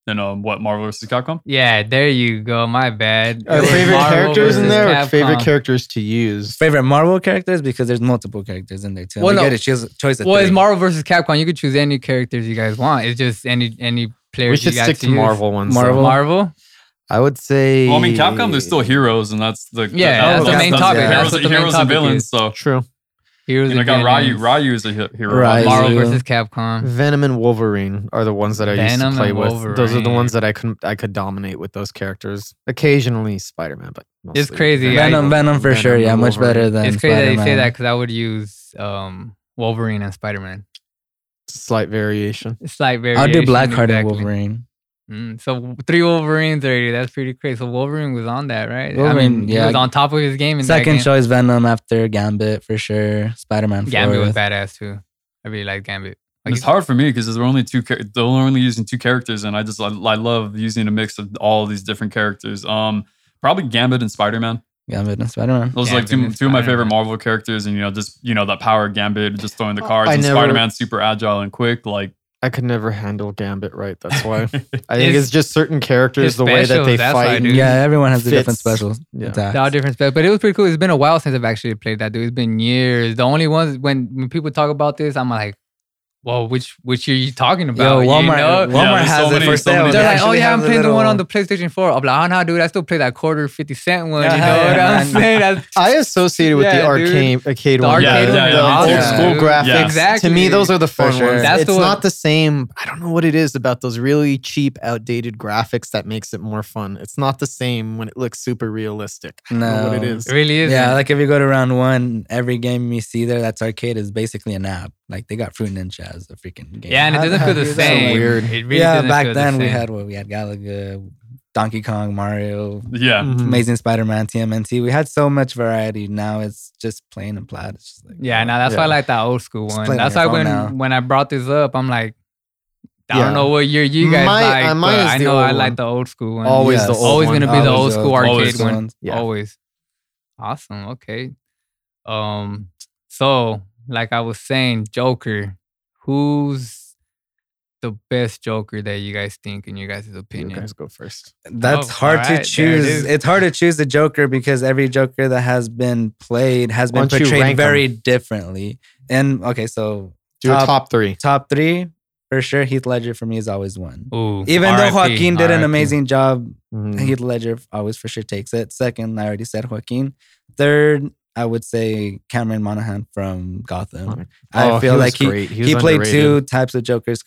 B: And um, what Marvel vs. Capcom?
A: Yeah, there you go. My bad. It
D: Our
A: was
D: favorite
A: Marvel
D: characters in
A: versus
D: there, or favorite
A: Capcom.
D: characters to use.
C: Favorite Marvel characters because there's multiple characters in there too. and
A: Well,
C: you
A: no.
C: get a choice, choice of
A: Well, it's
C: three.
A: Marvel versus Capcom. You could choose any characters you guys want. It's just any any players.
D: We should
A: you guys
D: stick to
A: use.
D: Marvel ones.
C: Marvel.
D: though.
A: Marvel.
D: I would say.
B: Well, I mean, Capcom, they're still heroes, and that's the
A: Yeah,
C: that's the main topic.
B: Heroes,
A: That's what the main
B: heroes
A: topic
B: and villains.
A: is.
B: So
D: True.
A: Heroes.
B: and I
A: and
B: got Ryu.
A: villains.
B: Ryu is a he- hero.
C: Ryu.
A: Marvel
C: Ryu.
A: versus Capcom.
D: Venom and Wolverine are the ones that I used to
A: Venom
D: play
A: and
D: with. Those are the
A: Wolverine.
D: ones that I could I could dominate with those characters. Occasionally Spider Man, but mostly
A: It's crazy. I-
C: Venom, Venom for sure.
D: and
C: Yeah, much
D: Wolverine.
C: better than.
A: It's crazy that you say
C: Spider-Man.
A: that because I would use um, Wolverine and Spider Man.
D: Slight variation.
A: Slight variation.
C: I'll do Blackheart and
A: exactly.
C: Wolverine.
A: Mm, so three Wolverines already. That's pretty crazy. So Wolverine was on that, right? I
C: Wolverine,
A: mean, he
C: yeah.
A: was on top of his game. In that
C: Second
A: game.
C: choice Venom after Gambit for sure. Spider Man.
A: Gambit was badass too. I really like Gambit. Like,
B: it's hard for me because they're only two. char- They're only using two characters, and I just I, I love using a mix of all these different characters. Um, probably Gambit and Spider Man.
C: Gambit and Spider Man.
B: Those are like
A: Gambit
B: two,
A: and
B: two of my favorite
A: Spider-Man.
B: Marvel characters, and you know, just you know that power of Gambit, just throwing the cards,
D: I
B: and
D: never-
B: Spider Man super agile and quick. Like
D: I could never handle Gambit right. That's
A: [LAUGHS]
D: why I think it's,
A: His-
D: just certain characters,
A: his
D: the way that
A: specials,
D: they
A: that's why,
D: fight.
A: dude.
C: Yeah, everyone has the different
D: Fits.
C: specials.
D: Yeah.
C: attacks.
A: They're all different stuff, but it was pretty cool. It's been a while since I've actually played that dude. It's been years. The only ones when, when people talk about this, I'm like, well, which which are you talking
C: Yo,
A: about? You
C: Walmart,
A: know?
C: Walmart
B: Yeah, there's
C: has
B: so
C: it
B: many-
C: for
B: so
C: sale.
B: many
A: They're
B: They
A: like, oh
C: actually
A: yeah,
C: have
A: I'm
C: the
A: playing the one
C: little-
A: on the PlayStation 4. I'm like, oh no, dude, I still play that quarter 50 cent one. You
C: [LAUGHS]
A: know
C: Yeah, yeah,
A: what I'm
C: yeah.
A: saying? That's-
D: I associated with the
A: Yeah, dude.
D: arcade, arcade
A: The
D: one.
A: arcade
B: Yeah,
A: one,
B: yeah,
A: the
B: yeah,
A: old
D: old
B: yeah.
D: school graphics.
B: Yeah.
A: Exactly.
D: To me, those are the fun
C: sure.
D: ones.
A: That's
D: it's
A: the one-
D: not the same. I don't know what it is about those really cheap, outdated graphics that makes it more fun. It's not the same when it looks super realistic. I don't know what it
C: No.
D: is.
A: It really is.
C: Yeah, like if you go to round one, every game you see there that's arcade is basically an app. Like they got Fruit Ninja as a freaking game.
A: yeah, and it
D: How the
A: doesn't
D: heck
A: feel
C: [LAUGHS]
A: the
D: is that
A: same.
D: weird?
A: It really
C: yeah,
A: doesn't
C: back
A: feel the
C: then we
A: same.
C: had what we had Galaga, Donkey Kong, Mario,
B: yeah,
A: Hmm.
D: Mhm.
C: Amazing Spider-Man, TMNT. We had so much variety. Now it's just plain and plat. It's just like oh,
A: Yeah, now that's why I
D: Yeah.
A: like that old school
C: Just
A: one.
C: play Uh, it on
A: That's
C: your
A: why
C: phone
A: when
C: now.
A: when I brought this up, I'm like, I
D: Yeah.
A: don't know what year you guys
D: My-
A: like,
D: uh, mine
A: but
D: is
A: I
D: the
A: know
D: old
A: I like
D: one.
A: the old school one.
D: Always the old
A: always
D: one.
A: gonna be the
C: Always
A: old school
B: Always
A: arcade
B: the
A: one.
C: ones.
D: Yeah.
A: Always. Awesome. Okay. Um. So, like I was saying, Joker. Who's the best Joker that you guys think, in your guys'
D: You
A: opinion?
D: guys go first.
C: That's
A: Oh,
C: hard
A: alright, there
C: to
A: it
C: choose.
A: is.
C: it's hard to choose the Joker because every Joker that has been played has
D: Why
C: been
D: don't you rank
C: portrayed
D: 'em?
C: very differently. And okay, so
D: Do your
C: Top-
D: top three.
C: top three for sure. Heath Ledger for me is always one.
A: Ooh,
C: Even though
A: RIP,
C: Joaquin did an
A: RIP.
C: amazing job,
D: Mhm.
C: Heath Ledger always for sure takes it. Second, I already said Joaquin. Third, I would say Cameron Monaghan from Gotham.
D: Monaghan.
C: I
D: Oh,
C: feel
D: was
C: like he
D: great.
C: he
D: was
C: played two
D: underrated.
C: types of Jokers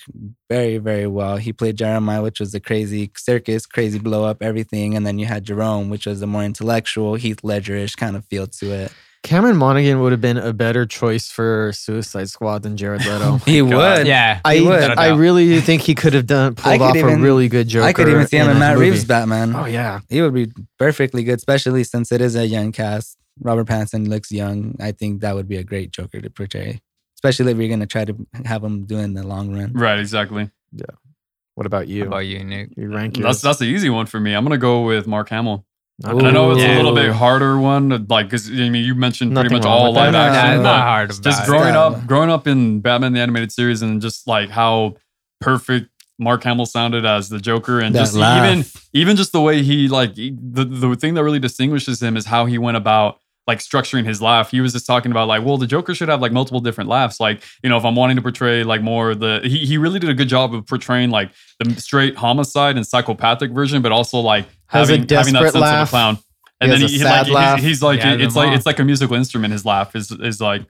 C: very, very well. He played Jeremiah, which was the crazy circus, crazy blow up, everything. And then you had Jerome, which was the more intellectual, Heath Ledger ish kind of feel to it.
D: Oh Cameron Monaghan would have been a better choice for Suicide Squad than Jared
C: [LAUGHS]
D: Leto.
C: He
B: God.
C: would.
A: Yeah.
D: I
C: would.
D: I really think he could have done
C: I
D: pulled
C: could
D: off
C: even-
D: a really good Joker.
C: I could even see him
D: in
C: in
D: a
C: Matt
D: movie.
C: Reeves' Batman.
D: Oh yeah,
C: He would be perfectly good, especially since it is a young cast. Robert Pattinson looks young. I think that would be a great Joker to portray, especially if you're going to try to have him doing the long run.
B: right, exactly.
D: What about you?
A: How about you, Nick?
D: you rank yours.
B: That's that's the easy one for me. I'm gonna go with Mark Hamill.
D: Not
B: And I know it's
A: Ooh.
B: a little bit
D: Ooh.
B: harder one, like because I mean you mentioned
D: Nothing
B: pretty much
D: wrong
B: all
D: with
B: live
C: that.
A: Nah,
B: action,
A: it's
B: but
A: not hard. to
B: just
A: buy.
B: growing
C: Yeah.
B: up, growing up in Batman the animated series, and just like how perfect Mark Hamill sounded as the Joker, and
C: That
B: just
C: laugh.
B: even even just the way he like he- the the thing that really distinguishes him is how he went about like structuring his laugh. He was just talking about like, well, the Joker should have like multiple different laughs. Like, you know, if I'm wanting to portray like more of the he he really did a good job of portraying like the straight homicide and psychopathic version, but also like
D: Has a
B: having, having that
D: desperate
B: sense of
D: laugh.
B: a clown. And
D: He
B: then
D: has
B: he,
D: a
B: he,
D: sad
B: like
D: laugh.
B: he's, he's like
A: Yeah,
B: it's
A: them
B: like
A: all.
B: it's like a musical instrument. His laugh is is like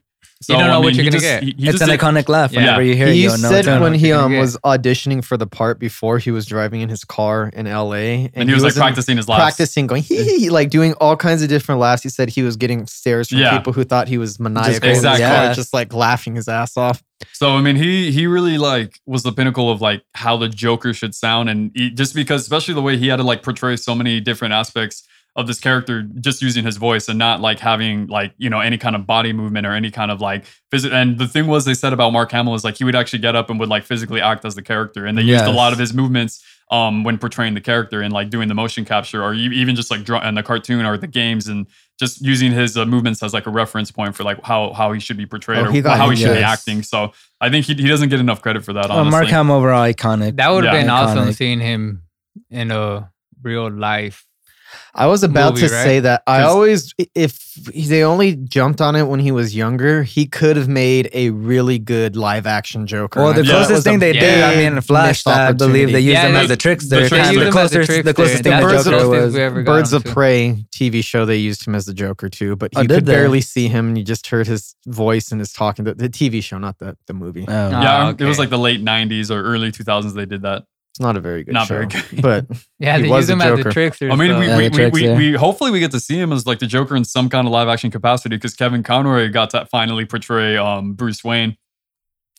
B: so
A: don't know
B: I
A: what
B: mean,
A: you're
B: he
A: gonna
B: just,
A: get.
B: He, he
C: it's
B: just
C: an
B: did-
C: iconic laugh.
B: Yeah.
C: Whenever you hear it,
D: He
C: you'll know
D: said
C: it's him.
D: when he
A: gonna
D: um,
A: get.
D: was auditioning for the part before he was driving in his car in L.A.
B: and he was like
D: in-
B: practicing his laughs.
D: practicing, going hee hee, hee, like doing all kinds of different laughs. He said he was getting stares from
B: Yeah.
D: people who thought he was maniacal, in his
B: Exactly.
D: car,
C: Yeah.
D: just like laughing his ass off.
B: So I mean, he he really like was the pinnacle of like how the Joker should sound, and he, just because especially the way he had to like portray so many different aspects of this character just using his voice and not like having like you know any kind of body movement or any kind of like physical. And the thing was, they said about Mark Hamill is like he would actually get up and would like physically act as the character, and they used
C: Yes.
B: a lot of his movements. Um, when portraying the character and like doing the motion capture, or e- even just like draw in the cartoon or the games, and just using his uh, movements as like a reference point for like how how he should be portrayed
D: Oh,
B: or
D: he got
B: how he
D: it,
B: should be
D: yes.
B: acting. So I think he, he doesn't get enough credit for that.
C: Uh,
B: Honestly,
C: Mark Hamill overall iconic.
A: That would have
B: Yeah.
A: been awesome
C: Iconic.
A: seeing him in a real life.
D: I was about
A: movie,
D: to
A: right?
D: say that. I
B: 'Cause-
D: always, if they only jumped on it when he was younger, he could have made a really good live action Joker.
C: Well, the
B: Yeah.
C: closest thing they did, I mean, in Flash,
D: missed
C: I believe they
D: opportunity.
C: used
A: Yeah,
C: him
A: they-
C: as a trickster.
B: they
C: Kind of
B: used
C: The
A: him as a
C: closest, the
A: trickster,
C: closest
A: and
C: thing
D: that's
C: the
D: the
C: Joker
A: closest we
C: was.
A: ever- forgot
D: Birds
A: him
D: of
A: too.
D: Prey TV show, they used him as the Joker too, but
C: Oh,
D: you
C: did
D: could
C: they?
D: barely see him. You just heard his voice and his talking. The, the TV show, not the, the movie.
C: Oh.
A: Nah.
B: yeah,
A: Ah,
B: it was
A: okay.
B: like the late '90s or early 2000s. They did that.
D: It's not a very good
B: Not
D: show.
B: very good.
D: But
A: Yeah,
D: He
A: they
D: was
A: use
D: the
A: him as
D: Joker.
A: a trickster.
B: I mean,
A: so-
B: we,
C: Yeah,
B: we, we,
C: the
B: we,
C: trickster.
B: we hopefully we get to see him as like the Joker in some kind of live action capacity because Kevin Conroy got to finally portray um Bruce Wayne.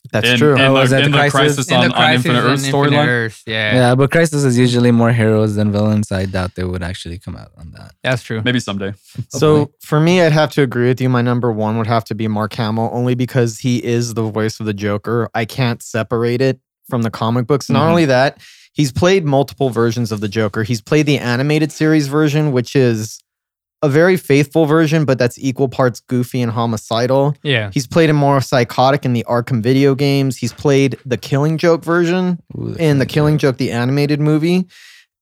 B: [LAUGHS]
D: That's
B: in,
D: true.
B: In,
C: Oh,
B: the,
C: is that
B: in
C: the
B: the
C: Crisis?
B: crisis, on,
A: In the
B: on
A: Crisis
B: Infinite
A: and
B: Earth
A: Infinite
B: storyline.
A: Earth, Yeah,
C: Yeah, but Crisis is usually more heroes than villains. I doubt they would actually come out on that.
A: that's true.
B: Maybe someday.
D: So for me, I'd have to agree with you. My number one would have to be Mark Hamill, only because he is the voice of the Joker. I can't separate it from the comic books. Not
B: Mhm.
D: only that, he's played multiple versions of the Joker. He's played the animated series version, which is a very faithful version, but that's equal parts goofy and homicidal.
A: Yeah,
D: He's played him more psychotic in the Arkham video games. He's played the Killing Joke version,
C: Ooh,
D: in the Killing Joke, the animated movie.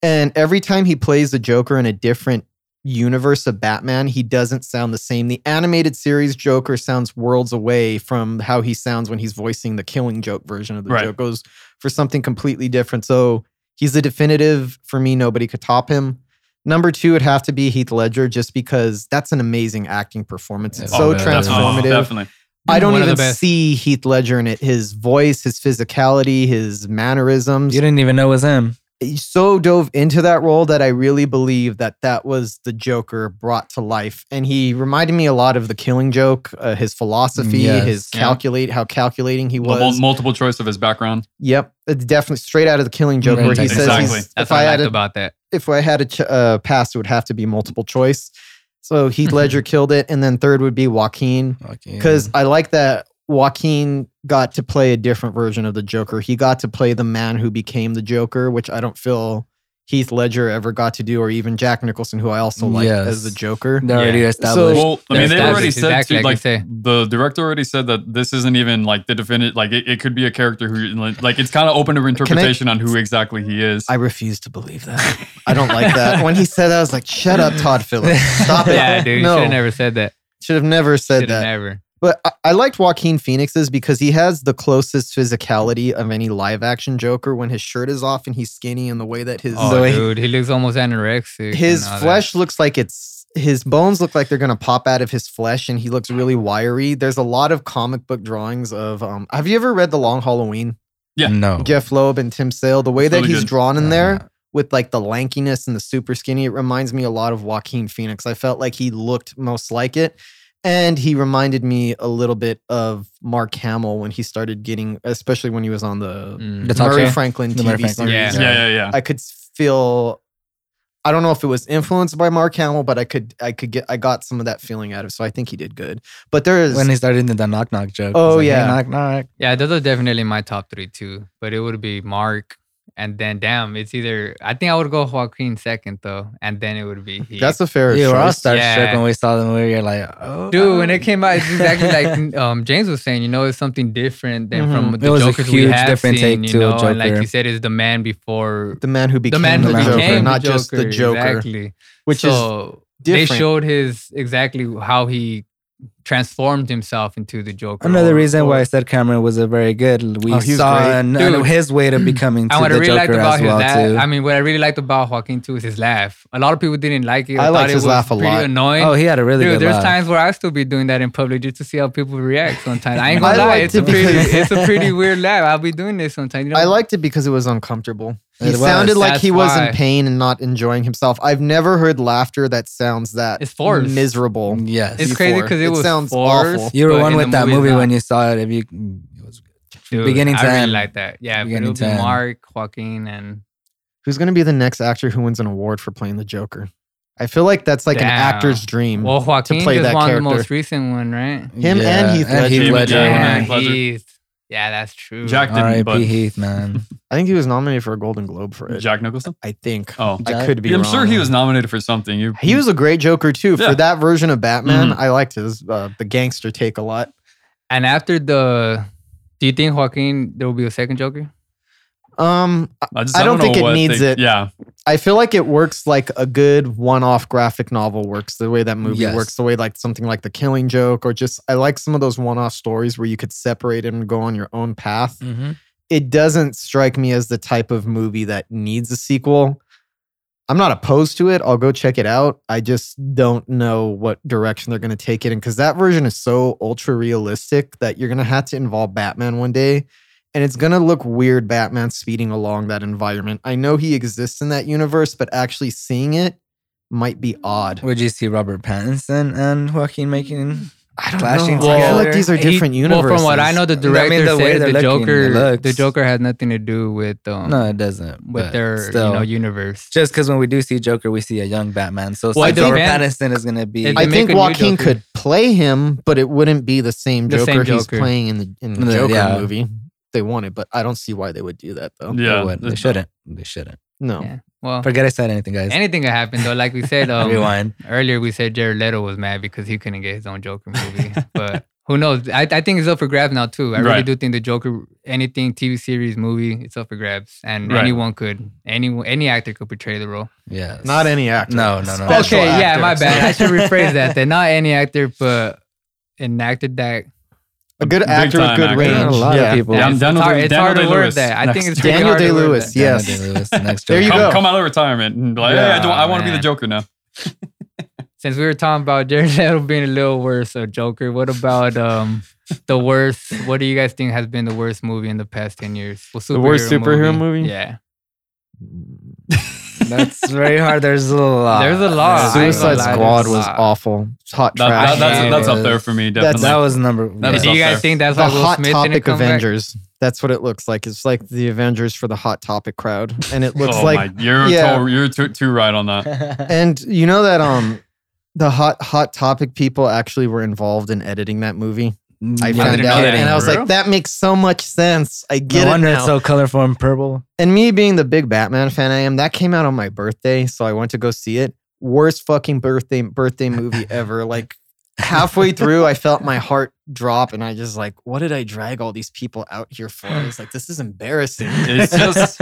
D: And every time he plays the Joker in a different universe of Batman, he doesn't sound the same. The animated series Joker sounds worlds away from how he sounds when he's voicing the Killing Joke version of the
B: Right.
D: Joker. Goes for something completely different. So he's the definitive for me. Nobody could top him. Number two would have to be Heath Ledger, just because that's an amazing acting performance. It's
C: Yeah.
D: so
C: Oh, yeah, that's-
B: Oh,
D: transformative.
B: definitely.
D: I don't
A: One of the
D: even
A: best.
D: see Heath Ledger in it. His voice, his physicality, his mannerisms
C: You didn't even know it was him.
D: so dove into that role that I really believe that that was the Joker brought to life, and he reminded me a lot of the Killing Joke, uh, his philosophy,
C: Yes.
D: his
B: Mm, Yeah.
D: calculate, how calculating he
B: The mul-
D: was.
B: multiple choice of his background.
D: Yep, it's definitely straight out of the Killing Joke, where he
C: Right.
D: says,
B: Exactly.
D: he's-
A: that's
D: "If I
A: what I
D: had
A: liked
D: a
A: about that.
D: if I had a ch- uh, pass, it would have to be multiple choice."
B: [LAUGHS]
D: So Heath Ledger killed it, and then third would be Joaquin
C: Okay.
D: because I like that Joaquin got to play a different version of the Joker. He got to play the man who became the Joker, which I don't feel Heath Ledger ever got to do, or even Jack Nicholson, who I also like
C: Yes.
D: as the Joker.
C: they're already established.
B: Well, I mean,
A: That's
B: they
A: exactly-
B: already said
A: exactly
B: too,
A: like
B: like
A: you say.
B: the director already said that this isn't even like the definite. Like it, it could be a character who, like, it's kind of open to interpretation on who exactly he is.
D: I refuse to believe that. I don't
A: [LAUGHS]
D: like that. When he said that, I was like, "Shut up, Todd Phillips! Stop it!
A: yeah, dude, you should
D: no,
A: have never said that.
D: should have never said
A: Should
D: that."
A: have never.
D: But I, I liked Joaquin Phoenix's because he has the closest physicality of any live action Joker when his shirt is off and he's skinny in the way that his
A: Oh,
C: way-
A: dude, he looks almost anorexic.
D: his
A: and all that.
D: flesh looks like it's his bones look like they're gonna pop out of his flesh and he looks really wiry there's a lot of comic book drawings of um have you ever read the long halloween
B: Yeah.
C: No.
D: jeff loeb and tim sale the way
B: It's
D: that
B: really
D: he's
B: good.
D: drawn in
C: Uh,
D: there with like the lankiness and the super skinny it reminds me a lot of joaquin phoenix i felt like he looked most like it and he reminded me a little bit of mark hamill when he started getting especially when he was on the
A: Mm.
C: The talk
D: murray
C: show?
D: franklin
C: The
D: tv
C: Murray Franklin.
D: series
A: Yeah.
B: yeah, yeah, yeah.
D: I could feel. I don't know if it was influenced by Mark Hamill, but I could, I could get, I got some of that feeling out of. it, So I think he did good. But there is,
C: When he started the knock knock joke.
D: Oh,
C: It's like, hey,
D: yeah.
C: knock knock.
A: Yeah, those are definitely my top three too. But it would be Mark, and then damn, it's either I think I would go Joaquin second though, and then it would be he.
D: that's a fair.
C: You were all
D: choice.
C: starstruck
A: Yeah.
C: when we saw the movie. You're like, oh.
A: Dude, when it came out, it's exactly
C: [LAUGHS]
A: like [LAUGHS] um, James was saying. You know, it's something different than from
C: Mhm.
A: the
C: It was a
A: Jokers we
C: huge
A: have
C: different
A: seen.
C: take
A: you
C: to a
A: know, and like
C: Joker.
A: you said, is the man before
D: the man who became
A: the man who
C: the
A: became
D: Joker,
A: the
D: not just the Joker,
A: exactly.
D: which
A: so
D: different.
A: They showed his exactly how he transformed himself into the Joker.
C: Another
A: or-
C: reason
A: or-
C: why I said Cameron was a very good. We
D: Oh, he was
C: saw
D: great.
C: an,
A: Dude.
C: an- his way
A: [CLEARS THROAT]
C: to becoming to
A: And what I
C: the
A: really
C: Joker
A: liked about
C: as
A: his
C: well
A: laugh,
C: too.
A: I mean, what I really liked about Joaquin too is his laugh. A lot of people didn't like it.
D: I liked
A: thought it
D: his
A: was
D: laugh a
A: pretty
D: lot.
A: Annoying.
C: oh, he had a really
A: Dude,
C: good
A: there's
C: laugh.
A: times where I still be doing that in public just to see how people react. Sometimes
C: [LAUGHS]
A: I ain't gonna
D: I
A: lie,
D: liked
A: it's a
D: it
A: pretty,
D: because-
A: it's a pretty weird laugh. I'll be doing this sometimes. You know?
D: I liked it because it was uncomfortable. He
C: It was.
D: sounded like
A: That's
D: he was
A: why.
D: in pain and not enjoying himself. I've never heard laughter that sounds that
A: It's forced.
D: miserable.
C: Yes.
A: it's crazy
D: before.
A: because it,
D: It
A: was
D: sounds
A: forced,
D: awful.
C: you were
A: but
C: one
A: in
C: with
A: the
C: that
A: movie,
C: movie
A: it's
C: when
A: not.
C: you saw it. If you, it was good.
A: Dude,
C: beginning to
A: I really
C: end.
A: like that. Yeah, but
C: Beginning
A: it'll be
C: to end.
A: Mark, Joaquin, and
D: Who's going to be the next actor who wins an award for playing the Joker? I feel like that's like an
A: Damn.
D: actor's dream.
A: well, Joaquin
D: play
A: just
D: that
A: won the
D: character.
A: most recent one, right?
D: Him
C: Yeah,
D: and Heath
C: and
D: Ledger.
C: Heath Ledger.
A: Yeah,
B: won.
A: he's, yeah, that's true.
B: Jack didn't, but
C: R.I.P. Heath,
A: [LAUGHS]
C: man.
D: I think he was nominated for a Golden Globe for it.
B: Jack Nicholson.
D: I think.
B: Oh,
D: I
C: Jack-
D: could be.
B: I'm
D: wrong.
B: sure he was nominated for something. You,
D: He was a great Joker too.
B: Yeah.
D: For that version of Batman, I liked his uh, the gangster take a lot.
A: and after the, do you think Joaquin there will be a second Joker?
D: Um, I-
B: I, just,
D: I don't
B: know
D: think it
B: what
D: needs
B: they-
D: it.
B: Yeah,
D: I feel like it works like a good one-off graphic novel works. The way that movie
C: Yes.
D: works, the way like something like The Killing Joke, or just I like some of those one-off stories where you could separate it and go on your own path.
A: Mm-hmm.
D: It doesn't strike me as the type of movie that needs a sequel. I'm not opposed to it. I'll go check it out. I just don't know what direction they're going to take it in because that version is so ultra realistic that you're going to have to involve Batman one day. And it's going to look weird, Batman speeding along that environment. I know he exists in that universe, but actually seeing it might be odd.
C: Would you see Robert Pattinson and Joaquin making
D: I don't
C: Clashing
D: know. I feel
C: together.
D: like these are
A: He-
D: different universes.
A: Well, from what I know, the
C: I mean, the
A: director
C: way
A: said
C: they're
A: the
C: looking, it
A: Joker,
C: looks-
A: the Joker had nothing to do with um,
C: No, it doesn't.
A: with
C: but
A: their
C: still.
A: you know universe.
C: just because when we do see Joker, we see a young Batman. So
A: Well,
C: well,
A: it
C: Robert
A: depends.
C: Pattinson is gonna be
A: It
D: I
A: They
D: think
A: make a new
D: Joaquin
A: Joker.
D: could play him, but it wouldn't be the same
A: The
D: Joker
A: same
D: he's
A: Joker.
D: playing in the in the
C: The-
D: Joker
C: yeah.
D: movie. if They wanted, but I don't see why they would do that though.
C: They
B: Yeah,
C: wouldn't. They
B: that's-
C: shouldn't. They shouldn't.
D: No.
A: Yeah. Well,
C: Forget I said anything, guys.
A: anything could happen though. Like we said um,
C: Rewind.
A: earlier, we said Jared Leto was mad because he couldn't get his own Joker movie. [LAUGHS] but who knows? I, I think it's up for grabs now too. I really
B: Right.
A: do think the Joker, anything TV series, movie, it's up for grabs, and
B: Right.
A: anyone could, anyone, any actor could portray the role.
C: Yes.
D: Not any actor.
C: No, no, no.
D: Special
A: okay, yeah,
D: actor.
A: my bad. I
D: [LAUGHS]
A: should rephrase that. Then not any actor, but an actor that
D: A good
B: Big
D: actor with
B: time
D: good
B: actor.
D: range.
C: Yeah, a lot of
D: Yeah.
C: people.
B: Yeah, I'm
A: it's,
B: Daniel
A: it's hard,
B: Day-
A: it's
B: Daniel
A: hard to word
B: Day-Lewis
A: that. I
B: next.
A: think it's pretty
D: Daniel
A: hard to
D: Day
A: word
D: Lewis.
A: that.
D: Yes.
C: Daniel Day-Lewis, the next
D: There you
C: Joker.
B: Come,
D: go.
B: come out of retirement. and be Like,
A: Yeah,
B: hey, I, do- I want to be the
A: man.
B: Joker now.
A: Since we were talking about Jared Leto being a little worse a Joker, what about um the worst? What do you guys think has been the worst movie in the past ten years? Well,
D: The worst superhero movie?
A: Yeah,
C: That's very hard. There's a lot.
A: There's a lot. I ain't gonna
D: Suicide
A: lie,
D: Squad
A: there's a
D: was
A: lot.
D: awful. It's hot
B: That,
D: trash.
B: that, that's,
A: Yeah.
B: that's up there for me,
D: That's-
B: definitely.
C: That was number.
B: That
A: Do
B: was
C: yeah.
A: you
B: up
A: guys
B: there.
A: think that's
D: the
A: why Will
D: hot
A: Smith didn't
D: topic
A: come back?
D: Avengers. That's what it looks like. It's like the Avengers for the hot topic crowd,
B: [LAUGHS]
D: and it looks
B: oh
D: like.
B: my, you're
D: yeah.
B: to- you're too, too right on that.
C: [LAUGHS]
D: And you know that um, the hot hot topic people actually were involved in editing that movie. I
C: Yeah.
D: found
A: didn't know
D: out,
A: that
D: and I was
A: either.
D: like, that makes so much sense. I get
C: No
D: it
C: wonder
D: now.
C: it's so colorful and purple.
D: and me being the big Batman fan I am, that came out on my birthday, so I went to go see it. Worst fucking birthday
B: [LAUGHS]
D: birthday movie ever. Like halfway through, I felt my heart drop, and I just like, what did I drag all these people out here for? It's like this is embarrassing.
B: It's
D: [LAUGHS]
B: just.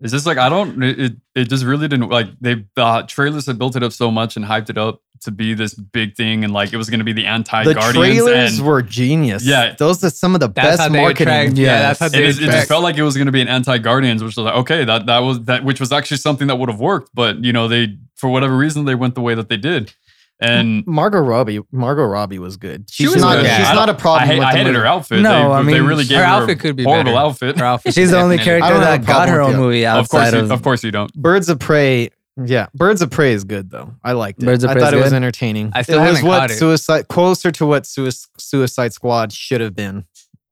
B: It's just like I don't. It it- it just really didn't like they uh, trailers had built it up so much and hyped it up to be this big thing and like it was gonna be the anti
D: The
B: Guardians
D: trailers
B: and
D: were genius.
B: Yeah.
D: those are some of the
A: That's how
D: best
A: they attract.
D: marketing.
A: Yeah, that's
C: Yes.
A: how
B: it,
A: they
B: is, it
A: attract.
B: just felt like it was going to be an anti-guardians which was like okay that that was that which was actually something that would have worked but you know they for whatever reason they went the way that they did and
D: Margot Robbie, Margot Robbie was good. She's
A: was
D: not.
A: good.
D: She's
A: I
D: not a
B: i,
D: problem.
B: hate,
D: with
B: I
D: the
B: hated
D: movie.
B: her outfit
C: No,
B: they,
C: I
B: they
C: mean,
B: really gave
A: her
B: a
A: outfit could be
B: horrible
A: better.
B: outfit
A: Her
D: [LAUGHS]
A: outfit
C: She's the only
A: definitely-
D: I
C: character
D: don't have
C: that
D: a
C: got
D: problem
C: her
D: with
C: own
D: that.
C: movie
B: of course
C: outside
B: you,
C: of.
B: of course you don't
D: Birds of Prey. Yeah, Birds of Prey is good though. I liked it.
C: Birds of
D: I
C: Prey
D: thought
C: is
D: it was
C: good?
D: entertaining.
A: I still
D: it was
A: haven't
D: what
A: caught it.
D: Suicide closer to what Suicide, suicide Squad should have been.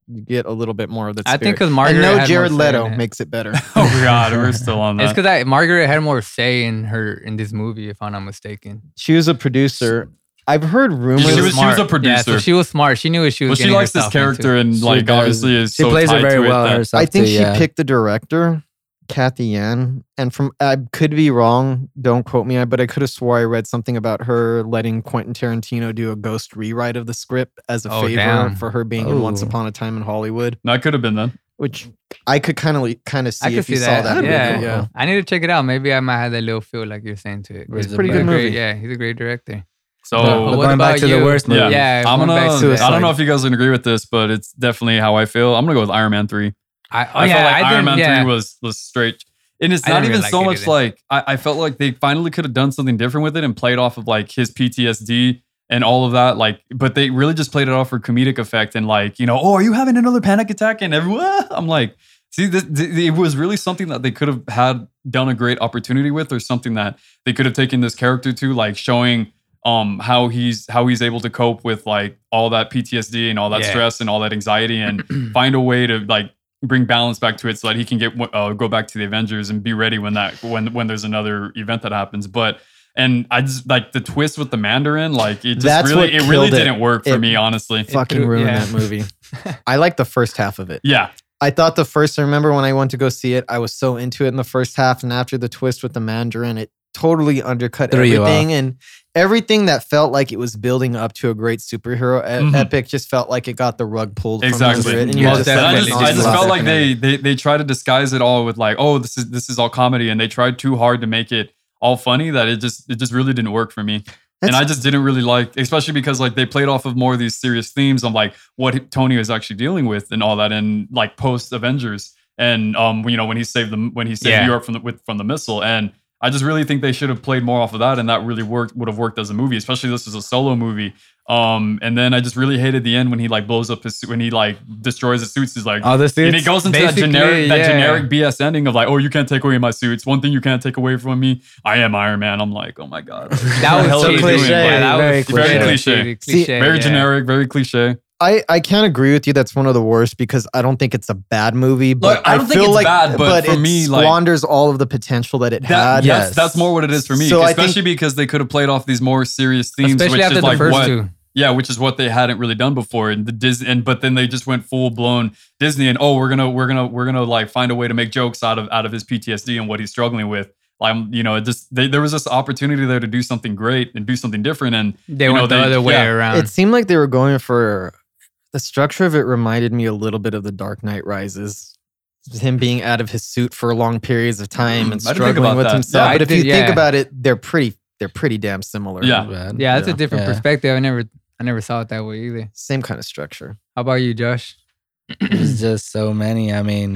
D: You get a little bit more of the.
A: I
D: Spirit.
A: think because
D: and
A: Margaret
D: no
A: had
D: Jared
A: more say in
D: Leto
A: it.
D: makes
A: [LAUGHS]
D: it better.
B: oh god we're still on
A: It's
B: that
A: because I Margaret had more say in her in this movie, if I'm not mistaken.
D: she was a producer. I've heard rumors.
B: She was- she was
A: smart.
B: a
A: Yeah, so
B: producer.
A: she was smart. She knew what she was.
B: well she
A: getting
B: likes this
A: herself into.
B: character and
C: She
B: like
C: does.
B: obviously is
C: She
B: so
C: plays
B: tied
C: it very
B: to
C: well
B: it that-
C: herself.
D: I think
C: too,
D: she
C: yeah.
D: picked the director, Kathy Yan, and from I could be wrong. Don't quote me, but I could have swore I read something about her letting Quentin Tarantino do a ghost rewrite of the script as a
A: Oh,
D: favor
A: damn.
D: for her being in Once
C: Oh.
D: Upon a Time in Hollywood.
B: that could have been then
D: which I could kind of kind of see
A: I could
D: if you
A: see
D: saw
A: that.
D: that.
A: Yeah.
D: movie. yeah.
A: I need to check it out. Maybe I might have that little feel like you're saying to it.
C: Where's
A: He's a
C: the
D: pretty
A: great-
D: good movie.
A: Yeah, he's a great director.
C: But
A: what
B: so
A: But-
C: going back
A: about
C: to
A: you?
C: the worst movie.
B: Oh, Yeah.
A: Yeah,
B: I'm
A: going
B: gonna.
A: back to
B: I
D: Suicide.
B: don't know if you guys can agree with this, but it's definitely how I feel. I'm gonna go with Iron Man three.
A: I, oh,
B: I
A: yeah,
B: felt like
A: I
B: Iron
A: think-
B: Man
A: yeah.
B: 3 was was straight. And it's
A: I
B: not
A: didn't
B: even
A: really
B: so
A: like it
B: much
A: either.
B: like I, I felt like they finally could have done something different with it and played off of like his PTSD and all of that. Like, but they really just played it off for comedic effect and like, you know, oh, are you having another panic attack? And everyone [LAUGHS] I'm like, see, this, th- it was really something that they could have had done a great opportunity with, or something that they could have taken this character to, like showing um how he's how he's able to cope with like all that PTSD and all that
A: Yeah.
B: stress and all that
A: [CLEARS THROAT]
B: anxiety and find a way to like bring balance back to it so that he can get uh, go back to the Avengers and be ready when that when when there's another event that happens. But and I just like the twist with the Mandarin, like it just
D: That's what
B: really it really
D: killed it.
B: didn't work for
D: It-
B: me, honestly.
D: Fucking
A: threw-
D: ruined
A: yeah.
D: that movie. I like the first half of it.
B: Yeah,
D: I thought the first. I remember when I went to go see it, I was so into it in the first half, and after the twist with the Mandarin, it totally undercut
C: Threw you
D: everything and everything that felt like it was building up to a great superhero e-
B: Mhm.
D: epic just felt like it got the rug pulled from
B: exactly.
D: under it. And
A: Yeah,
D: you
A: Most
D: just
B: And I
A: definitely.
D: felt
B: just,
A: Just
B: I
D: like
B: just
A: laugh
B: felt like
A: at
B: they, they they try to disguise it all with like, oh, this is this is all comedy, and they tried too hard to make it all funny that it just it just really didn't work for me. and
D: That's-
B: I just didn't really like, especially because like they played off of more of these serious themes on like what he- Tony was actually dealing with and all that, and like post Avengers, and um, you know when he saved them when he saved
A: Yeah.
B: Europe from the with, from the missile, and I just really think they should have played more off of that, and that really worked would have worked as a movie, especially this is a solo movie. Um, and then I just really hated the end when he like blows up his suit when he like destroys his suits. He's like,
C: All the
B: and
C: suits.
B: it goes into that
A: Basically,
B: generic, that
A: yeah.
B: generic BS ending of like, oh, you can't take away my suits. One thing you can't take away from me, I am Iron Man. I'm like, oh my
A: [LAUGHS]
B: god,
A: That
B: [LAUGHS] What the hell
A: was
B: are
A: so
B: you
A: cliche.
B: doing,
A: yeah,
B: bro?
A: that
C: Very
A: was
B: cliche. Very
A: cliche.
D: See,
B: very
A: yeah.
B: generic, very cliche.
D: I, I can't agree with you. That's one of the worst because I don't think it's a bad movie, but
B: I don't think
D: feel
B: it's
D: like,
B: bad, but for
D: it
B: me, like-
D: squanders all of the potential that it
B: That,
D: had.
B: yes.
C: yes.
B: that's more what it is for me,
D: Ah, So I think-
B: especially because they could have played off these more serious themes,
A: Especially
B: which
A: after
B: is
A: the
B: like
A: first
B: what,
A: two.
B: yeah, which is what they hadn't really done before. And the Disney, and but then they just went full blown Disney, and oh, we're gonna, we're gonna, we're gonna like find a way to make jokes out of out of his PTSD and what he's struggling with. Um, you know, it just they, there was this opportunity there to do something great and do something different,
C: [LAUGHS]
B: and
A: They
B: You
A: went
B: know,
A: the
B: they-
A: other way
B: yeah.
A: around.
D: It seemed like they were going for the structure of it reminded me a little bit of The Dark Knight Rises. Him being out of his suit for long periods of time and
B: Mm, I didn't think
D: struggling
B: about
D: with
B: that.
D: himself.
A: Yeah, I
D: but if
A: did-
D: you think
A: yeah.
D: about it, they're pretty they're pretty damn similar.
B: Yeah.
C: Bad.
A: yeah, that's a different
C: Yeah.
A: perspective. I never, I never saw it that way either.
D: Same kind of structure.
A: How about you, Josh?
C: There's just so many. I mean,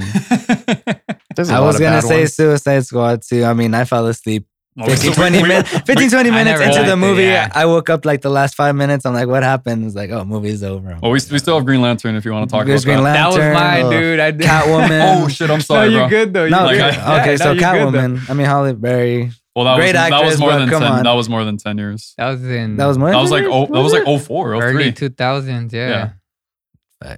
D: There's a
C: I
D: lot
C: was
D: of
C: gonna
D: bad
C: say
D: ones.
C: Suicide Squad too. I mean, I fell asleep
B: Oh,
C: 15,
B: so we-
C: 20
B: we-
C: minutes, 15, 20
A: I
C: minutes
A: never
C: into
A: liked
C: the
A: it,
C: movie.
A: yeah.
C: I woke up like the last five minutes. I'm like, what happened? It's like, oh, movie's over.
B: [LAUGHS] Well, we, we still have Green Lantern if you want to talk
C: There's
B: about
C: Green
B: that.
A: That was
C: Lantern.
A: mine,
C: oh.
A: dude. I did.
B: [LAUGHS]
C: Catwoman.
B: Oh shit, I'm
A: No,
B: sorry,
A: you're
B: bro.
A: good though. You
C: No,
B: Like,
A: good. [LAUGHS]
B: I-
A: Yeah,
C: okay,
A: no,
C: so
A: you're good, though.
C: Catwoman. I mean, Holly Berry.
B: Well, that
C: Great
B: was that
C: actress,
B: was more
C: bro,
B: than
C: come
B: ten.
C: on.
B: That was more than ten years.
A: That Hmm. was in.
C: That was more.
B: That was like oh, that was like
C: oh.
B: 04, 03.
A: early 2000s. Yeah.
B: Yeah.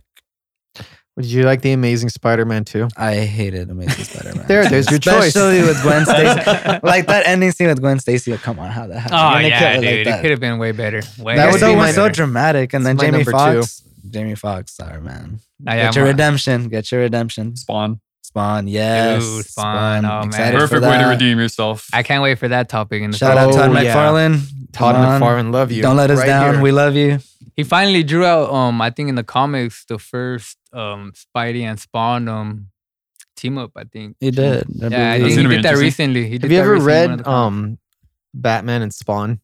D: Did you like the Amazing Spider-Man too?
C: I hated Amazing Spider-Man.
D: There, there's your choice.
C: Especially
A: [LAUGHS]
C: with Gwen Stacy. like that ending scene with Gwen Stacy. Like, come on, how the hell?
A: Oh
C: You're gonna
A: yeah,
C: kill it
A: dude. it
C: Like
A: could
C: that
A: have been way better. Way
D: That
C: that
D: would
C: was
D: be
C: so,
D: my-
C: so dramatic. And then
D: It's my
C: Jamie
D: number two.
C: Foxx. Jamie Foxx, sorry man.
A: Nah, yeah,
C: Get your
A: my-
C: redemption. Get your
B: [LAUGHS]
C: redemption.
B: Spawn.
C: Spawn, yes.
A: Dude, Spawn, oh, man.
C: Excited for
B: Perfect way to
C: that.
B: redeem yourself.
A: I can't wait for that topic in the
C: Shout out
D: Oh,
C: Todd
D: yeah.
C: McFarlane.
D: Todd
C: Come on.
D: McFarlane, love you.
C: Don't let us
D: Right
C: down.
D: here.
C: We love you.
A: He finally drew out um I think in the comics the first um Spidey and Spawn um team up, I think.
C: You did.
A: Yeah, I
B: That's
A: think he
B: gonna be
A: did that
B: interesting.
A: recently. He
D: Have
A: did
D: you
A: that
D: ever
A: recently in one
D: read
A: of the comics.
D: um Batman and Spawn?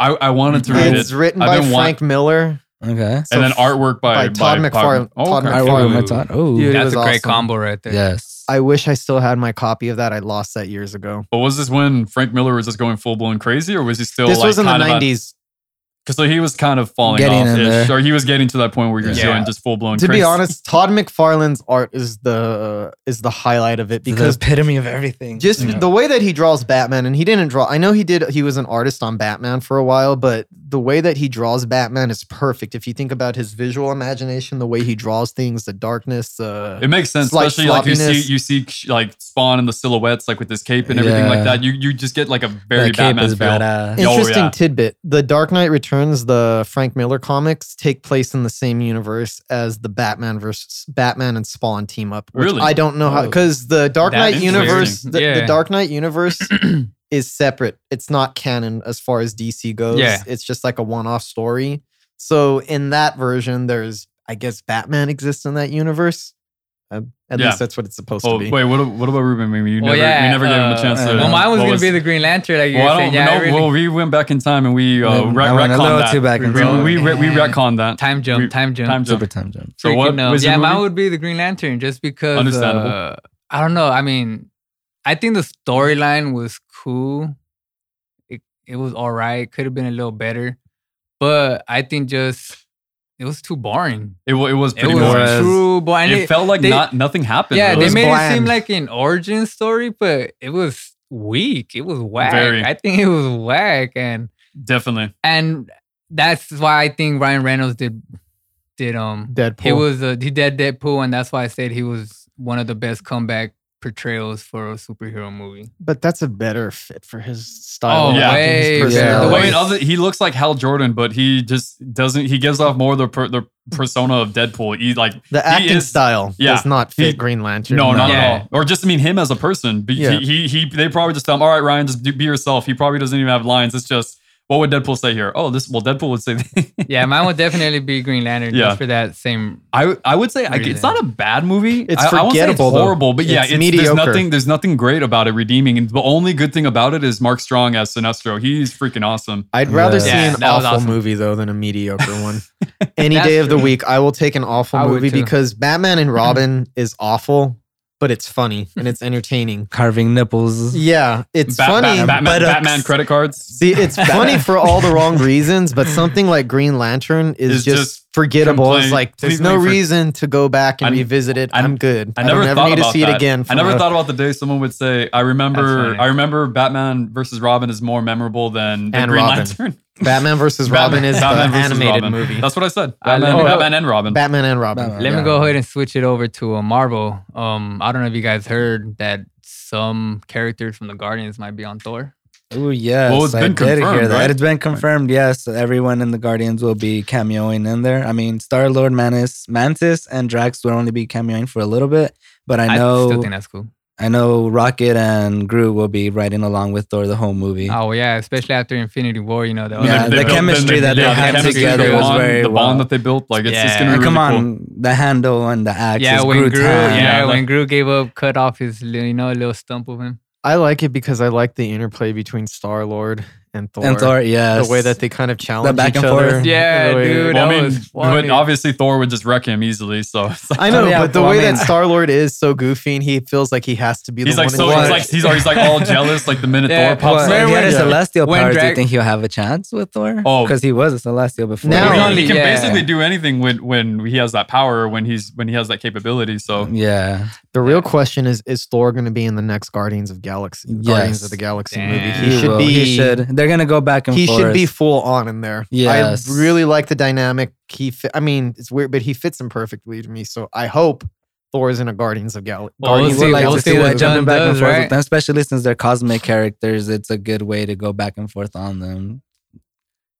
B: I, I wanted to read
D: It's
B: it.
D: written
B: I've
D: by
B: been wa-
D: Frank Miller.
C: Okay.
D: So
B: and then
D: f-
B: artwork by,
D: by Todd McFarlane-
B: Oh,
D: Todd
B: okay.
D: McFarlane.
C: Artwork by
A: Ooh.
C: Todd. Oh,
D: Dude, it
A: That's
D: was
A: a great
D: awesome.
A: combo right there.
C: yes.
D: I wish I still had my copy of that. I lost that years ago.
B: But was this when Frank Miller was just going full blown crazy, or was he still
D: this
B: like
D: was in the
B: kind of at-
D: nineties.
B: Cause so he was kind of falling
C: Getting
B: off,
C: in
B: ish,
C: there.
B: or he was getting to that point where he was
A: Yeah.
B: doing just full blown.
D: To
B: crazy.
D: be honest, Todd McFarlane's art is the is the highlight of it because
C: Because the epitome of everything.
D: just
B: Yeah.
D: the way that he draws Batman, and he didn't draw. I know he did. He was an artist on Batman for a while, but the way that he draws Batman is perfect. If you think about his visual imagination, the way he draws things, the darkness, uh,
B: it makes sense,
D: slight
B: especially like you see
D: sloppiness.
B: you see sh- like Spawn and the silhouettes, like with his cape and everything like
C: Yeah.
B: that. You you just get like a very
C: that cape
B: Batman
C: is
B: feel.
C: badass.
B: Yeah. Oh,
D: Interesting tidbit. The Dark Knight Returns, the Frank Miller comics, take place in the same universe as the Batman versus Batman and Spawn team up. which
B: Really?
D: I don't know how
C: Oh.
D: because the Dark
A: That's
D: Knight universe,
A: interesting.
D: the,
A: Yeah.
D: the Dark
B: [CLEARS THROAT]
D: Knight universe is separate. It's not canon as far as DC goes.
A: Yeah.
D: It's just like a one-off story. So in that version, there's I guess Batman exists in that universe. Um, at
B: Yeah.
D: least that's what it's supposed
B: Oh
D: to be.
B: wait, what, what about Ruben? Maybe you
A: Well,
B: never
A: yeah,
B: you never gave him a
A: uh,
B: chance. to,
C: uh,
A: Well, mine was
B: what
A: gonna be the Green Lantern, like you
B: Well,
A: were
B: I
A: saying.
B: don't
A: Yeah, I
B: know.
A: really-
B: Well, we went back in time and we uh,
C: Mm,
B: re-
C: I went a little
B: retconned
C: too
B: that.
C: back in
A: We-
C: time.
B: We re- we
A: Yeah.
B: retconned that.
A: time
B: we-
A: jump, time jump.
B: time jump.
C: Super time jump.
B: So
A: Freaking
B: what?
A: knows.
B: was your
A: yeah, mine
B: movie?
A: would be the Green Lantern, just because.
B: Understandable.
A: uh, I don't know. I mean, I think the storyline was cool. It it was all right. Could have been a little better, but I think just it was too boring.
B: It, wa- it was
A: It
B: pretty
A: was
B: boring.
C: boring.
A: true boring.
B: it,
A: It
B: felt like
A: they-
B: not nothing happened.
A: yeah,
B: really.
A: they
D: was
A: made it seem
D: bland.
A: like an origin story, but it was weak. It was whack.
B: Very.
A: I think it was whack, and
B: definitely.
A: and that's why I think Ryan Reynolds did did um
D: Deadpool.
A: he was a, he did Deadpool, and that's why I said he was one of the best comeback portrayals for a superhero movie.
D: but that's a better fit for his style.
A: Oh,
D: of acting,
A: way
D: his
C: better.
B: The
D: personality.
B: way and other, he looks like Hal Jordan, but he just doesn't. He gives off more the per, the persona of Deadpool. He like
D: The acting
B: is-
D: style
B: yeah,
D: does not fit
B: he-
D: Green Lantern.
B: no, not
A: Yeah.
B: at all. Or just I mean him as a person. But
D: Yeah.
B: he, he he they probably just tell him, all right, Ryan, just do- be yourself. He probably doesn't even have lines. It's just what would Deadpool say here? Oh, this well Deadpool would say. [LAUGHS]
A: Yeah, mine would definitely be Green Lantern
B: Yeah.
A: just for that same.
B: I I would say I, it's not a bad movie.
D: It's
B: I, I won't say
D: forgettable,
B: it's
D: though.
B: horrible, but yeah,
D: It's
B: it's, There's
D: mediocre.
B: nothing. There's nothing great about it. Redeeming. And the only good thing about it is Mark Strong as Sinestro. He's freaking awesome.
D: I'd rather
C: Yeah.
D: see
A: Yeah,
D: an
A: that was
D: awful
A: awesome.
D: movie though than a mediocre
B: [LAUGHS]
D: one. Any
A: That's
D: day of the
A: true.
D: week, I will take an awful
A: I would
D: movie
B: [LAUGHS]
A: too.
D: because Batman and Robin is awful. but it's funny and it's entertaining.
C: Carving nipples.
D: Yeah, it's
B: Bat- Bat-
D: funny.
B: Batman,
D: but, uh,
B: Batman credit cards.
D: See,
B: [LAUGHS]
D: it's funny for all the wrong reasons, but something like Green Lantern is
B: It's
D: just,
B: just
D: forgettable. It's
B: complete-
D: like there's no
B: completely for-
D: reason to go back and
B: I-
D: revisit it.
B: I-
D: I'm good.
B: I never,
D: don't ever
B: thought
D: need
B: about
D: to see
B: that.
D: it again.
B: I never
D: from a-
B: thought about the day someone would say, "I
A: That's
B: remember,
A: funny.
B: I remember Batman versus Robin is more memorable than, than
D: And
B: Green
D: Robin.
B: Lantern."
D: Batman versus
B: [LAUGHS]
D: Robin is
B: Batman
D: the
B: versus
D: animated
B: Robin.
D: movie.
B: That's what I said.
A: I
B: Batman,
A: love-
B: Batman and Robin.
D: Um, Batman and Robin.
C: Batman.
A: Let
C: Yeah.
A: me go ahead and switch it over to a Marvel. Um, I don't know if you guys heard that some characters from the Guardians might be on Thor.
C: Oh yes,
B: Well, it's
C: I
B: been
C: did hear
B: confirmed,
C: that.
B: right?
C: It's been confirmed. Yes, everyone in the Guardians will be cameoing in there. I mean, Star Lord, Mantis, Mantis, and Drax will only be cameoing for a little bit. But I
A: still
C: know,
A: think that's cool.
C: I, know, Rocket and Groot will be riding along with Thor the whole movie.
A: Oh yeah, especially after Infinity War, you know that.
C: Yeah, Yeah, the
B: built- then
C: chemistry that they
B: yeah, the
C: had
B: chemistry,
C: together
B: the
C: was
B: bond,
C: very
B: the
C: well.
B: bond that they built. Like it's, it's
A: Yeah.
B: gonna
C: And
B: be
C: come
B: really
C: on, the handle and the axe.
A: yeah,
C: is
A: when
C: Groot
A: Groot,
C: time.
A: yeah,
B: Yeah,
A: when
B: like-
A: Groot gave up, cut off his, li- you know, little stump of him.
D: I like it because I like the interplay between Star Lord and Thor.
C: and Thor, yes,
D: The way that they kind of challenge
C: back
D: each
C: and
D: other.
C: forth.
A: Yeah,
D: The
A: dude.
D: way-
B: cool. Well,
A: that
B: I mean,
A: was funny.
B: but obviously Thor would just wreck him easily. So it's like,
D: I know,
C: Oh, yeah,
D: but the
C: well, I
D: way
C: mean-
D: that Star Lord is so goofy and he feels like he has to be
B: he's
D: the
B: like
D: one.
B: so
D: in
B: he's
D: charge.
B: like he's, he's like all jealous. Like the minute
A: Yeah,
B: Thor pops
A: well,
B: up,
C: if he
A: Remember
C: had a
A: when-
C: celestial
A: when
C: powers, do you
A: Drag-
C: think he'll have a chance with Thor?
B: Oh.
C: because he was a celestial before.
D: Now-
B: Well, he can
A: Yeah.
B: basically do anything when when he has that power when he's when he has that capability. So
C: yeah,
D: The real question is: Is Thor going to be in the next Guardians of Galaxy, Guardians
C: Yes.
D: of the Galaxy
A: Damn.
D: movie?
A: He
D: He, should
C: will.
D: be.
C: He should. They're gonna go back and
D: he
C: forth.
D: should be full on in there.
C: Yes.
D: I really like the dynamic. He, fi- I mean, it's weird, but he fits him perfectly to me. So I hope Thor is in a Guardians of Galaxy.
A: Well, we'll
C: Guardians
A: see-
C: would like
A: we'll
C: to
A: see
C: see
A: what
C: them
A: John
C: jumping back and
A: does,
C: forth
A: right?
C: with them, especially since they're cosmic characters. It's a good way to go back and forth on them.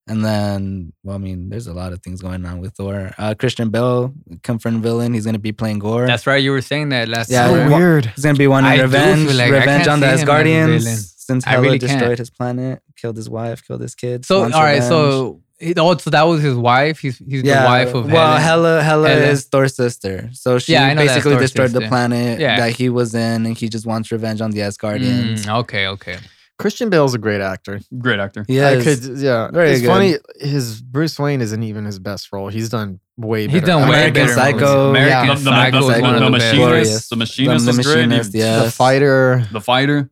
C: And then, well, I mean, there's a lot of things going on with Thor. Uh, Christian Bell, confirmed villain. He's gonna be playing Gore.
A: That's right. You were saying that last.
C: Yeah,
A: time.
C: I-
D: so weird.
C: He's gonna be wanting
A: I do
C: revenge,
A: feel like I
C: revenge
A: can't
C: on the
A: see him as a villain.
C: Asgardians since
A: I
C: Hela
A: really
C: destroyed
A: can't.
C: his planet, killed his wife, killed his kids.
A: So all
C: wants
A: right,
C: revenge.
A: so it, oh, so that was his wife. He's he's the wife of
C: well,
A: Helen.
C: Hela. Hela
A: Hela.
C: is Thor's sister, so she
A: Yeah, I know that's
C: basically
A: Thor's
C: destroyed the
A: sister.
C: planet
A: Yeah.
C: that he was in, and he just wants revenge on the Asgardians.
A: Mm, okay, okay.
D: Christian Bale's a great actor.
B: great actor.
C: Yeah,
D: I could, yeah.
C: Very
D: it's
C: good.
D: funny. His Bruce Wayne isn't even his best role. He's done way. Better.
A: He's done way
C: American
A: better
C: Psycho.
A: movies.
D: Yeah.
A: American
B: The, the,
A: Psycho
B: the,
A: is one
B: the,
A: of
B: the
A: the best.
B: machinist, the machinist
C: The
B: was great.
C: Machinist,
B: He-
D: The
C: yes.
D: fighter.
B: The fighter.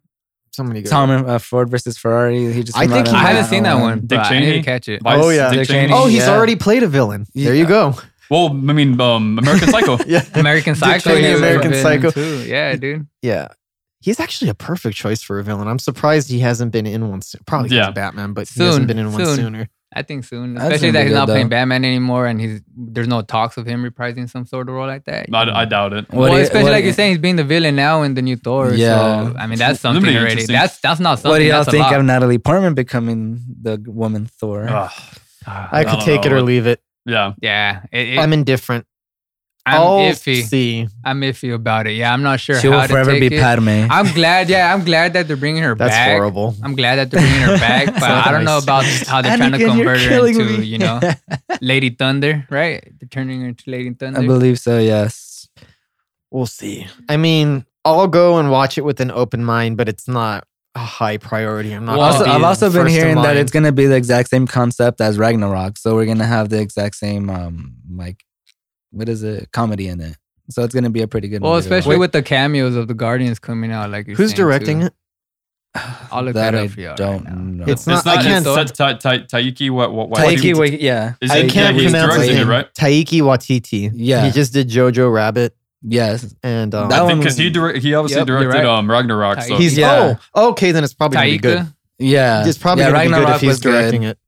D: So many good.
C: Tom uh, Ford versus Ferrari. He just.
D: I
C: came
D: think
C: out
D: he-
C: on
A: I haven't seen that one.
B: Dick
A: but I need
B: Cheney?
A: to catch it.
B: Vice,
D: Oh, yeah.
B: Dick
C: Dick
B: Cheney.
C: Cheney.
D: Oh, he's
C: Yeah.
D: already played a villain. There you
C: Yeah.
D: go.
B: Well, I mean, um, American Psycho.
D: Yeah.
A: Oh, American
D: Dick
A: Psycho.
D: Cheney,
A: is a
D: American
A: villain,
D: Psycho.
A: Too. Yeah, dude.
D: Yeah. He's actually a perfect choice for a villain. I'm surprised he hasn't been in one soon. Probably 'cause
B: Yeah.
D: of Batman, but he
A: Soon,
D: hasn't been in one
A: soon.
D: sooner.
A: I think soon,
C: That's
A: especially
C: gonna
A: that
C: be
A: he's
C: good,
A: not
C: though.
A: playing Batman anymore, and he's there's no talks of him reprising some sort of role like that.
B: I, I doubt it.
C: What
A: well,
C: he-
A: especially
C: what
A: like
C: he-
A: you're saying, he's being the villain now in the new Thor.
C: Yeah.
A: so I mean that's
B: That'd be
A: something already.
B: interesting.
A: That's that's not something.
C: What do y'all
A: that's a
C: think
A: lot.
C: of Natalie Portman becoming the woman Thor?
B: Ugh,
A: Ah,
D: I
B: I
D: could
B: don't
D: take it
B: know.
D: or leave it.
B: yeah,
A: yeah, it, it,
D: I'm
A: I'm,
D: indifferent. will
A: iffy.
D: see.
A: I'm iffy about it. Yeah, I'm not sure.
C: she
A: how
C: will
A: to
C: forever be
A: take it.
C: Padme.
A: I'm glad. Yeah, I'm glad that they're bringing
C: [LAUGHS]
A: her
D: That's
A: back.
D: horrible.
A: I'm glad that they're bringing her back, but I don't know about how they're trying to
C: Anakin, you're
A: convert her
C: killing
A: into,
C: me.
A: you
C: [LAUGHS]
A: know, Lady Thunder, right? They're turning her into Lady Thunder.
C: I believe so. Yes.
D: We'll see. I mean, I'll go and watch it with an open mind, but it's not a high priority. I'm not.
A: Well,
D: gonna
C: also,
D: be
C: I've
D: in
C: also been
D: first in
C: hearing that
D: line.
C: it's gonna be the exact same concept as Ragnarok, so we're gonna have the exact same um like what is it comedy in it. So it's gonna be a pretty good.
A: well,
C: movie to
A: especially
C: watch.
A: with the cameos of the Guardians coming out, like you're
D: Who's
A: saying, too.
D: directing it?
A: I'll look
C: that
A: that
C: I
A: up for y'all right
C: don't
A: now.
C: know.
D: It's
B: it's
D: not. I
B: not.
D: can't.
B: It's Ta- Ta- Ta- Taiki. What? What? what
C: Taiki, wait, yeah,
B: Is
D: I
B: it-
D: can't
B: yeah, he's
D: pronounce
B: directing
D: his
B: it,
D: name.
B: right?
D: Taiki Watiti.
C: Yeah.
D: He just did Jojo Rabbit,
C: yes,
D: and um,
C: That
B: I
C: one-
B: think because he direct, he obviously
A: Yep, you're
B: directed
A: right.
B: um Ragnarok. So
D: he's
C: Yeah.
D: oh okay. Then it's probably gonna be good.
A: Taika.
C: yeah.
D: It's probably
C: yeah,
D: gonna be good if he's
C: was good.
D: directing it.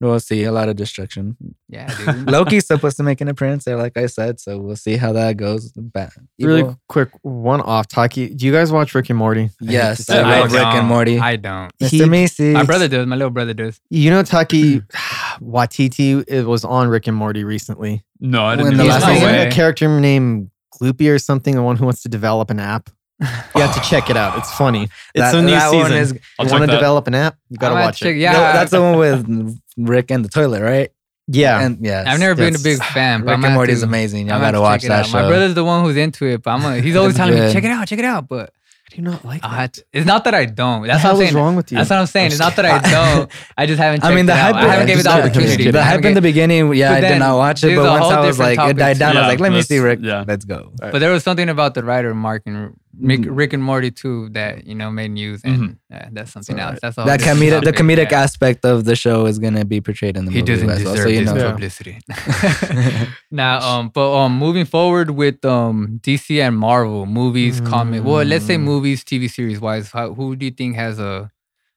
C: We'll see a lot of destruction. [LAUGHS]
A: Yeah, dude.
C: Loki's supposed to make an appearance there, like I said. So we'll see how that goes. Ba-
D: Really
C: evil.
D: quick one off, Taki. Do you guys watch Rick and Morty? I hate to
C: yes,
D: say
C: I
D: it.
C: love Rick
A: don't.
C: and Morty.
A: I don't.
D: he-
C: Mr. Macy,
A: My brother does. My little brother does.
D: You know Taki [SIGHS] Watiti. It was on Rick and Morty recently.
B: no, I
C: When
B: didn't.
C: the
B: know
D: He's
C: last
B: that.
A: one-
D: playing
B: No way.
D: a character named Gloopy or something. The one who wants to develop an app. You have to check it out. It's funny. It's
C: That-
D: a new
C: that
D: season.
C: one is-
B: I'll check
D: you want to
B: that.
D: develop an app? You gotta
A: I'm gonna
D: watch
A: check-
D: it.
A: Yeah,
C: No, that's the one with Rick and the toilet, right?
D: Yeah.
C: and yes.
A: I've never been a
D: Yes.
A: big fan. but
C: Rick
A: I'm
C: and
A: gonna
C: Morty
A: have
C: is
A: to-
C: amazing. Y'all
A: I'm gonna
C: gotta
A: have
C: watch
A: to check it
C: that
A: out.
C: show.
A: My
C: [LAUGHS]
A: brother's the one who's into it, but I'm. Gonna, he's always
C: It's
A: telling me,
C: good.
A: check it out, check it out. But
D: I do not like
A: I
D: that.
A: had to- it's not that I don't. That's
D: the
A: what I'm
D: hell is
A: saying.
D: wrong with you?
A: That's what I'm saying. It's not
C: [LAUGHS]
A: that I don't. I just haven't.
C: I mean, the
A: checked it out.
C: hype.
A: I haven't given it the
D: just-
A: opportunity.
C: The
A: I haven't
C: hype in the
A: gave-
C: beginning, yeah,
A: But
C: I did
A: then
C: not watch it.
A: there's
C: But
A: a
C: once
A: whole
C: I was like,
A: different
C: it died
A: topic
C: down.
A: too.
C: I was like, let me
B: Yeah,
C: see, Rick.
B: yeah.
C: Let's go.
A: But there was something about the writer Mark and Rick,
C: Mhm.
A: Rick and Morty too that you know made news, and uh, that's something
C: It's
A: else. That's all.
C: That comedic, the comedic
A: Yeah.
C: aspect of the show is gonna be portrayed in the
A: He
C: movie.
A: doesn't
C: as
A: deserve
C: well, so you
A: this
C: know.
D: Yeah.
A: publicity. [LAUGHS] now, um, but um, moving forward with um DC and Marvel movies, comic. Well, let's say
D: Mm.
A: movies, TV series wise. How, who do you think has a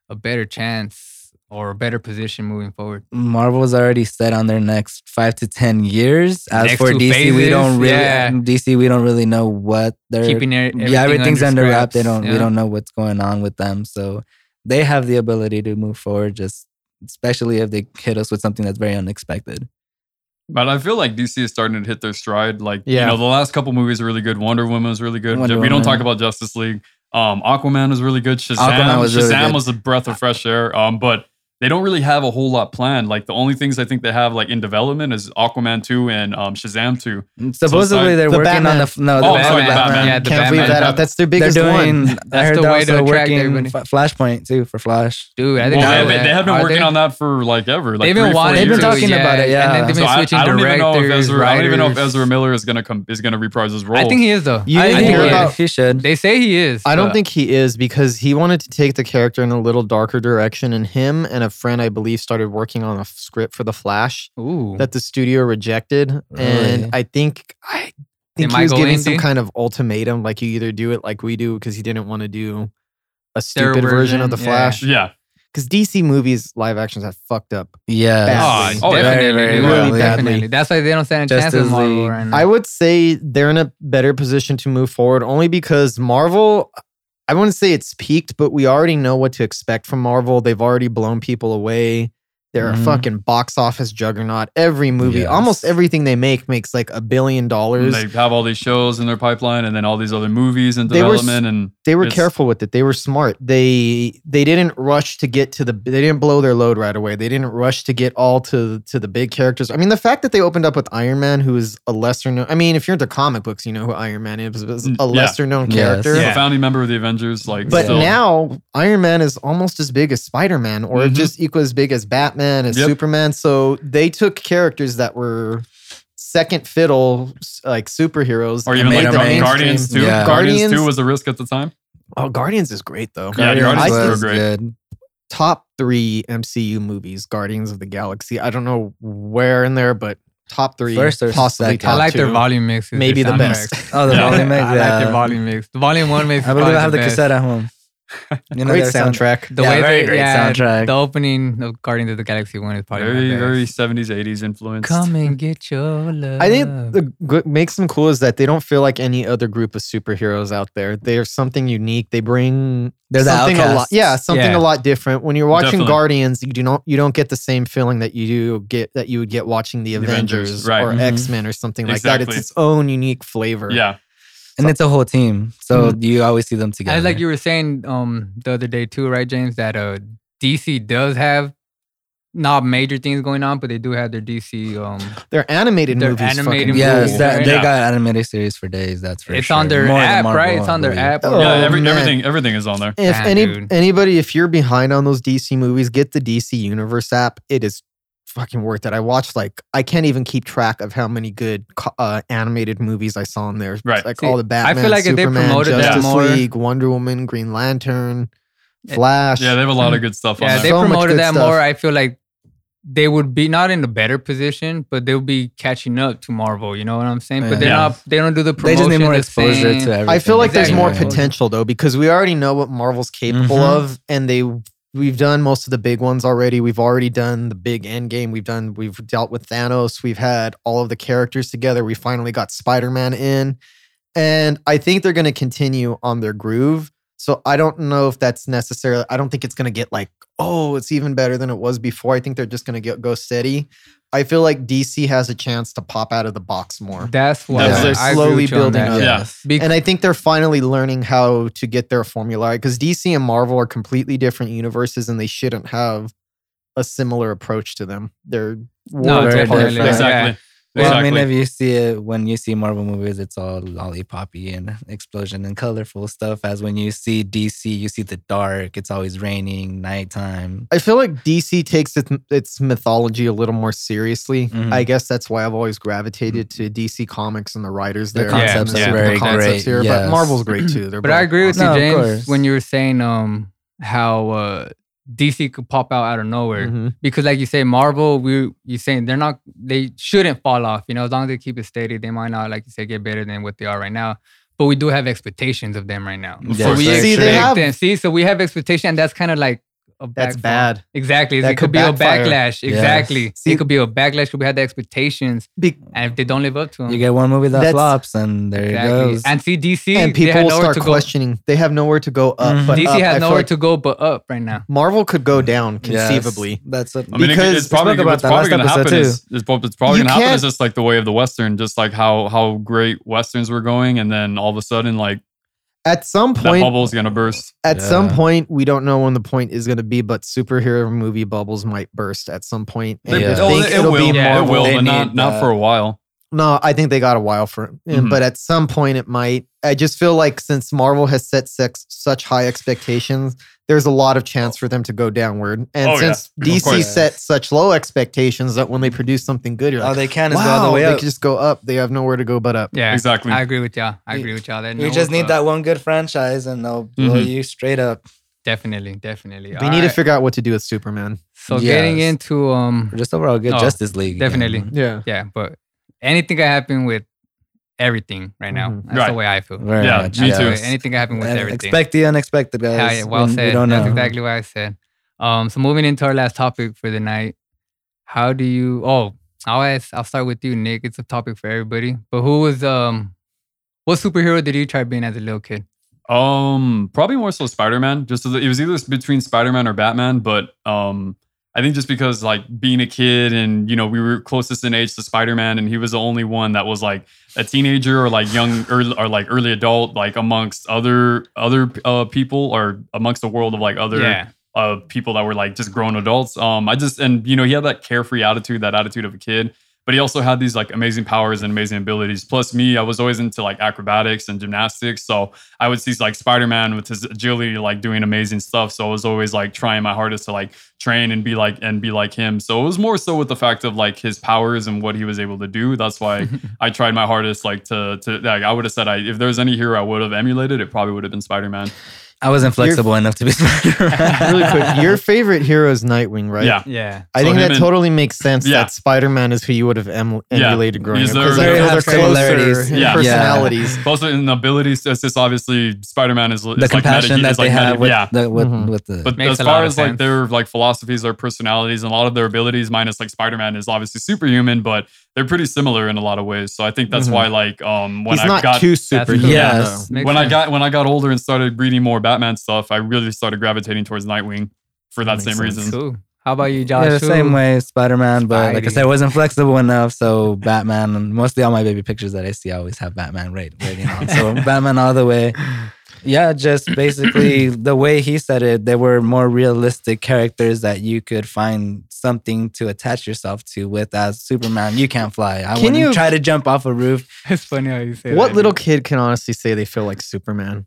A: a better chance or a better position moving forward?
C: Marvel's already set on their next five to ten years. As
A: Next
C: for
A: two
C: DC, we
A: phases,
C: don't really
A: yeah.
C: DC, we don't really know what they're
A: Keeping it, everything
C: yeah, everything's under wrap.
A: wraps,
C: They don't
A: yeah.
C: we don't know what's going on with them. So they have the ability to move forward just especially if they hit us with something that's very unexpected.
B: But I feel like DC is starting to hit their stride. Like,
D: Yeah.
B: you know, the last couple movies are really good. Wonder Woman was really good.
C: Wonder
B: we don't
C: Woman.
B: talk about Justice League. Um, Aquaman was really good. Shazam,
C: Aquaman was
B: was,
C: really
B: Shazam
C: good.
B: was a breath of fresh air. Um, but they don't really have a whole lot planned. Like the only things I think they have like in development is Aquaman two and um, Shazam two.
C: And Supposedly
B: like
C: they're
D: the
C: working on
D: Batman.
C: the f- no,
B: Oh,
C: the
B: I'm sorry,
C: Batman.
B: Batman.
A: Yeah, the
D: Can't
A: Batman.
D: believe that. out. That's their
C: They're
D: biggest
C: doing.
D: [LAUGHS] one.
C: I
A: That's
C: heard
A: the
C: they're
A: way to
C: also
A: attract
C: working
A: everybody.
C: F- Flashpoint too for Flash.
A: Dude, I
B: Well,
A: think
B: they,
C: that
B: have,
C: was-
B: they have been
A: are
B: working
A: they?
B: on that for like ever. Like
A: they've been
B: three, four
A: wanting.
C: They've been
B: years.
A: to,
C: talking about it,
A: and then they've
B: So
A: been
B: I,
A: switching
B: I don't even know if
A: directors,
B: Ezra, I don't even know if
A: writers.
B: Ezra Miller is gonna come is gonna reprise his role.
A: I think he is though.
D: You
A: I
D: didn't
A: think
D: hear
A: he is.
D: about-
C: he should.
A: They say he is.
D: I don't
A: but
D: think he is because he wanted to take the character in a little darker direction, and him and a friend, I believe, started working on a f- script for The Flash
A: Ooh.
D: that the studio rejected,
C: Really?
D: and I think I think
A: might
D: he was
A: go
D: giving
A: indie?
D: some kind of ultimatum, like you either do it like we do because he didn't want to do a stupid version,
A: version,
D: of The
A: yeah.
D: Flash
B: yeah.
D: because DC movies live actions have fucked up.
C: Yeah.
D: Badly.
B: Oh, yeah.
A: definitely,
C: Very, very
A: really
D: badly.
A: definitely. That's why they don't stand a chance
C: Justice
A: with Marvel.
C: League.
A: Right now.
D: I would say they're in a better position to move forward only because Marvel, I wouldn't say it's peaked, but we already know what to expect from Marvel. They've already blown people away. They're
C: Mhm.
D: a fucking box office juggernaut. Every movie,
C: Yes.
D: almost everything they make makes like a billion dollars.
B: They
D: They,
B: have all these shows in their pipeline, and then all these other movies in
D: They were s-
B: development, and
D: were
B: it's-
D: careful with it. They were smart. They they didn't rush to get to the they didn't blow their load right away. They didn't rush to get all to to the big characters. I mean, the fact that they opened up with Iron Man, who is a lesser known I mean, if you're into comic books, you know who Iron Man is, but it's
B: Mm, yeah.
D: a lesser known
C: Yes.
D: character.
B: He's
A: Yeah.
B: a founding member of the Avengers. Like,
D: But
B: still-
D: now Iron Man is almost as big as Spider Man, or
B: Mhm.
D: just equal as big as Batman, as
B: Yep.
D: Superman. So they took characters that were second fiddle, s- like superheroes,
B: or
D: and
B: even
D: made
B: like
C: the
D: them
B: Gar-
C: mainstream.
B: Guardians Two.
C: Yeah.
B: Guardians
D: Guardians-
B: Two was a risk at the time.
D: Oh, Guardians is great though.
B: Yeah,
D: Guardians
B: Guardians
D: I
B: is
D: think
B: were great.
C: good.
D: top three MCU movies: Guardians of the Galaxy. I don't know where in there, but top three,
C: First or
D: possibly
C: second.
A: I
D: top
A: like their
D: two.
A: volume mix.
D: Maybe the best.
C: Oh, the
B: Yeah.
C: volume mix.
A: I like their
C: Yeah.
A: volume mix. The volume one makes.
C: I believe I have the
A: best.
C: cassette at home. You
D: Great
C: their sound-
D: soundtrack.
A: The
C: Yeah,
A: way
C: very
A: they-
C: great
A: yeah,
C: soundtrack.
A: The opening of Guardians of the Galaxy one is probably my
B: Very, very
A: best.
B: seventies, eighties influence.
A: Come and get your love.
D: I think the what makes them cool is that they don't feel like any other group of superheroes out there. They are something unique. They bring
C: They're the
D: something a lot,
C: outcasts.
D: yeah, something
A: Yeah.
D: a lot different. When you're watching
B: Definitely.
D: Guardians, you do not you don't get the same feeling that you do get that you would get watching the
B: The Avengers,
D: Avengers,
B: right.
D: or
C: Mhm.
D: X Men or something like that.
B: Exactly.
D: It's its own unique flavor.
B: Yeah,
C: and it's a whole team, so you always see them together.
A: As Mm-hmm. like you were saying um the other day too, right, James? That uh DC does have not major things going on, but they do have their DC. Um,
D: their animated
A: Their
D: movies. fucking
A: animated
D: cool.
C: Yes,
A: movies,
C: that,
A: right?
C: they
B: Yeah.
C: got animated series for days. That's for
A: it's
C: sure.
A: on their
C: More than
A: app,
C: Marvel,
A: right? It's
C: I
A: on their
C: believe.
A: app. um,
D: Oh,
B: yeah. Every,
D: man.
B: everything, everything is on there.
D: If
A: Damn,
D: any
A: dude.
D: anybody, if you're behind on those DC movies, get the DC Universe app. It is fucking worth it. I watched like I can't even keep track of how many good co- uh, animated movies I saw in there.
B: Right.
D: like
A: See,
D: all
A: I
D: the Batman,
A: feel like if they
D: Superman,
A: promoted
B: that
D: Justice
A: more-
D: League, Wonder Woman, Green Lantern,
A: Yeah.
D: Flash.
B: Yeah, they have a lot of good stuff
A: Yeah,
B: on
A: they
B: there.
D: So much
A: promoted
D: good
A: that
D: stuff.
A: more. I feel like they would be not in a better position, but they'll be catching up to Marvel. You know what I'm saying? But they're
B: Yeah.
A: not. They don't do the
C: They
A: promotion.
C: just need more
A: the
C: exposure
A: same.
C: to everything.
D: I feel like
A: Exactly.
D: there's more
A: Yeah.
D: potential though because we already know what Marvel's capable
C: Mhm.
D: of, and they we've done most of the big ones already. We've already done the big end game. We've done we've dealt with Thanos. We've had all of the characters together. We finally got Spider Man in, and I think they're going to continue on their groove. So I don't know if that's necessarily. I don't think it's going to get like oh, it's even better than it was before. I think they're just going to get go steady. I feel like DC has a chance to pop out of the box more.
A: That's why
B: Because they're
A: I agree
D: slowly
A: with you on
D: building
A: that.
D: up.
B: Yeah.
A: Bec-
D: And I think they're finally learning how to get their formula because DC and Marvel are completely different universes and they shouldn't have a similar approach to them. They're
A: No,
D: worlds
C: very
D: apart.
C: different.
D: Yeah.
B: Exactly.
C: Well, I mean,
B: Exactly.
C: if you see it when you see Marvel movies, it's all lollipoppy and explosion and colorful stuff. As when you see DC, you see the dark. It's always raining, nighttime.
D: I feel like DC takes its, its mythology a little more seriously.
A: Mm-hmm.
C: Mhm.
D: I guess that's why I've always gravitated
A: Mm.
D: to DC comics and the writers
C: The
D: there.
C: concepts
B: Yeah,
D: The
B: are
C: very great,
D: here, but
C: yes.
D: Marvel's great too. They're
A: But I
D: both
A: agree with
D: awesome.
C: No,
A: you,
C: of
A: James,
C: course.
A: when you were saying um how uh, DC could pop out out of nowhere
D: Mhm.
A: because, like you say, Marvel, we you saying they're not they shouldn't fall off. You know, as long as they keep it steady, they might not, like you said, get better than what they are right now. But we do have expectations of them right now.
C: Of
A: So
C: course,
A: we
C: that's
A: expect
C: See, they
D: have-
A: them. See, so we have expectation, and that's kind of like a
D: That's
A: backfall.
D: bad.
A: Exactly,
D: That
A: it could,
D: could
A: be
D: backfire.
A: a backlash.
C: Yes.
A: Exactly,
D: See-
A: it could be a backlash. Could we have the expectations,
D: Be-
A: and if they don't live up to them,
C: You get one movie that
D: That's-
C: flops, and there it
A: exactly.
C: goes.
A: And see, DC
D: and
A: they had
D: people
A: nowhere
D: start
A: to go. Mm-hmm.
D: questioning. They have nowhere to go up.
C: Mhm.
D: But
A: DC
D: up, I
A: has
D: feel
A: nowhere
D: like
A: to go but up right now.
D: Marvel could go down
C: Yes,
D: conceivably.
C: that's what
B: I mean, it-
C: because
B: it's probably,
C: spoke about
B: what's
C: that
B: probably
C: last
B: going to
C: episode
B: happen
C: too.
B: is, is prob- it's probably
D: You
B: going to happen
D: can't-
B: is just like the way of the Western, just like how how great Westerns were going, and then all of a sudden, like
D: At some
B: that
D: point,
B: bubble's going to burst.
D: At some
C: Yeah.
D: point, we don't know when the point is going to be, but superhero movie bubbles might burst at some point.
C: They-
D: And
C: Yeah.
D: I
B: Oh,
D: think
B: it,
D: it'll
B: will,
D: be
B: yeah, it
D: Marvel.
B: will,
C: They
B: but not
C: need
B: not
C: that.
B: for a while.
D: No, I think they got a while for it.
B: Mhm.
D: But at some point, it might. I just feel like since Marvel has set sex, such high expectations, there's a lot of chance for them to go downward. And
B: Oh, yeah.
D: since
B: Of
D: DC
C: course.
D: set such low expectations that when they produce something good, you're
C: all
D: like,
C: they can is
D: wow,
C: go all the way
D: Oh, they
C: up.
D: could just go up. They have nowhere to go but up.
A: Yeah,
B: Exactly.
A: I agree with y'all. I
C: You-
A: agree with y'all. That
C: You just need that one good franchise, and they'll blow
A: Mm-hmm.
B: Mhm.
C: you straight up.
A: Definitely, definitely.
D: We
A: All
D: need to
A: right.
D: figure out what to do with Superman.
A: So getting
C: Yes.
A: into um,
C: Just overall good
A: Oh,
C: Justice League. again.
A: definitely.
D: Yeah.
A: yeah, but anything that happened with everything right now,
D: Mhm.
A: that's the
B: Right.
A: way I feel.
C: Very
B: Yeah,
C: much,
B: me
A: That's the
B: too.
A: way- Anything that happened with
C: And
A: everything.
C: Expect the unexpected, guys.
A: yeah, yeah, well
C: We-
A: said.
C: We don't
A: That's
C: know.
A: exactly what I said. Um, so moving into our last topic for the night, how do you? Oh, I'll ask. I'll start with you, Nick. It's a topic for everybody. But who was um, what superhero did you try being as a little kid?
B: Um, probably more so Spider Man. Just as- it was either between Spider Man or Batman, but um, I think just because like being a kid and you know we were closest in age to Spider Man, and he was the only one that was like a teenager or like young or, or like early adult, like amongst other other uh, people or amongst the world of like other of people that were like just grown adults. Um, I just and you know he had that carefree attitude, that attitude of a kid, but he also had these like amazing powers and amazing abilities. Plus, me, I was always into like acrobatics and gymnastics, so I would see like Spider Man with his agility, like doing amazing stuff. So I was always like trying my hardest to like train and be like and be like him. So it was more so with the fact of like his powers and what he was able to do. That's why I tried my hardest like to to like I would have said I if there was any hero I would have emulated, it probably would have been Spider Man.
C: I wasn't flexible enough to be [LAUGHS] Spider-Man.
B: [LAUGHS]
D: Really quick, your favorite hero is Nightwing, right?
B: Yeah.
A: yeah.
D: I
B: So
D: think
B: him
D: that
B: and-
D: totally makes sense
B: Yeah.
D: that Spider Man is who you would have em-
B: Yeah.
D: emulated growing up.
B: Because
D: Because
B: they're-
D: they're,
C: they have
D: closer
C: similarities.
D: in
B: Yeah.
D: personalities.
B: Also, in abilities, it's just obviously Spider-Man is, is
C: the
B: like
C: compassion
B: meta-
C: that
B: is
C: they
B: like
C: have
B: meta-
C: with,
B: yeah.
C: the, with,
D: Mhm.
C: with the
B: But
A: Makes
B: as
A: a
B: far
A: lot of
B: as like
A: sense.
B: their like philosophies, their personalities, and a lot of their abilities, minus like Spider-Man is obviously superhuman, but they're pretty similar in a lot of ways. So I think that's
C: Mm-hmm.
D: Mhm.
B: why like um [LAUGHS] when
D: He's
B: I
D: not
B: got
D: too super.
A: cool.
C: Yes.
A: Makes
B: when I
A: sense.
B: got when I got older and started reading more Batman stuff, I really started gravitating towards Nightwing for that
C: Makes
B: same
A: [LAUGHS]
C: sense.
B: reason.
A: cool. How about you, Josh?
C: yeah, the same
A: Who-
C: way as Spider-Man, but like I
A: Spidey.
C: said, I wasn't flexible enough. So Batman, and mostly all my baby pictures that I see, I always have Batman right waiting
A: [LAUGHS]
C: on. So Batman all the way. Yeah, just
A: [CLEARS THROAT]
C: basically the way he said it, they were more realistic characters that you could find something to attach yourself to. With as Superman, you can't fly. I
D: Can
C: wouldn't
D: you-
C: try to jump off a roof,
A: [LAUGHS] It's funny how you say
D: What
A: that,
D: little
A: dude.
D: kid can honestly say they feel like Superman?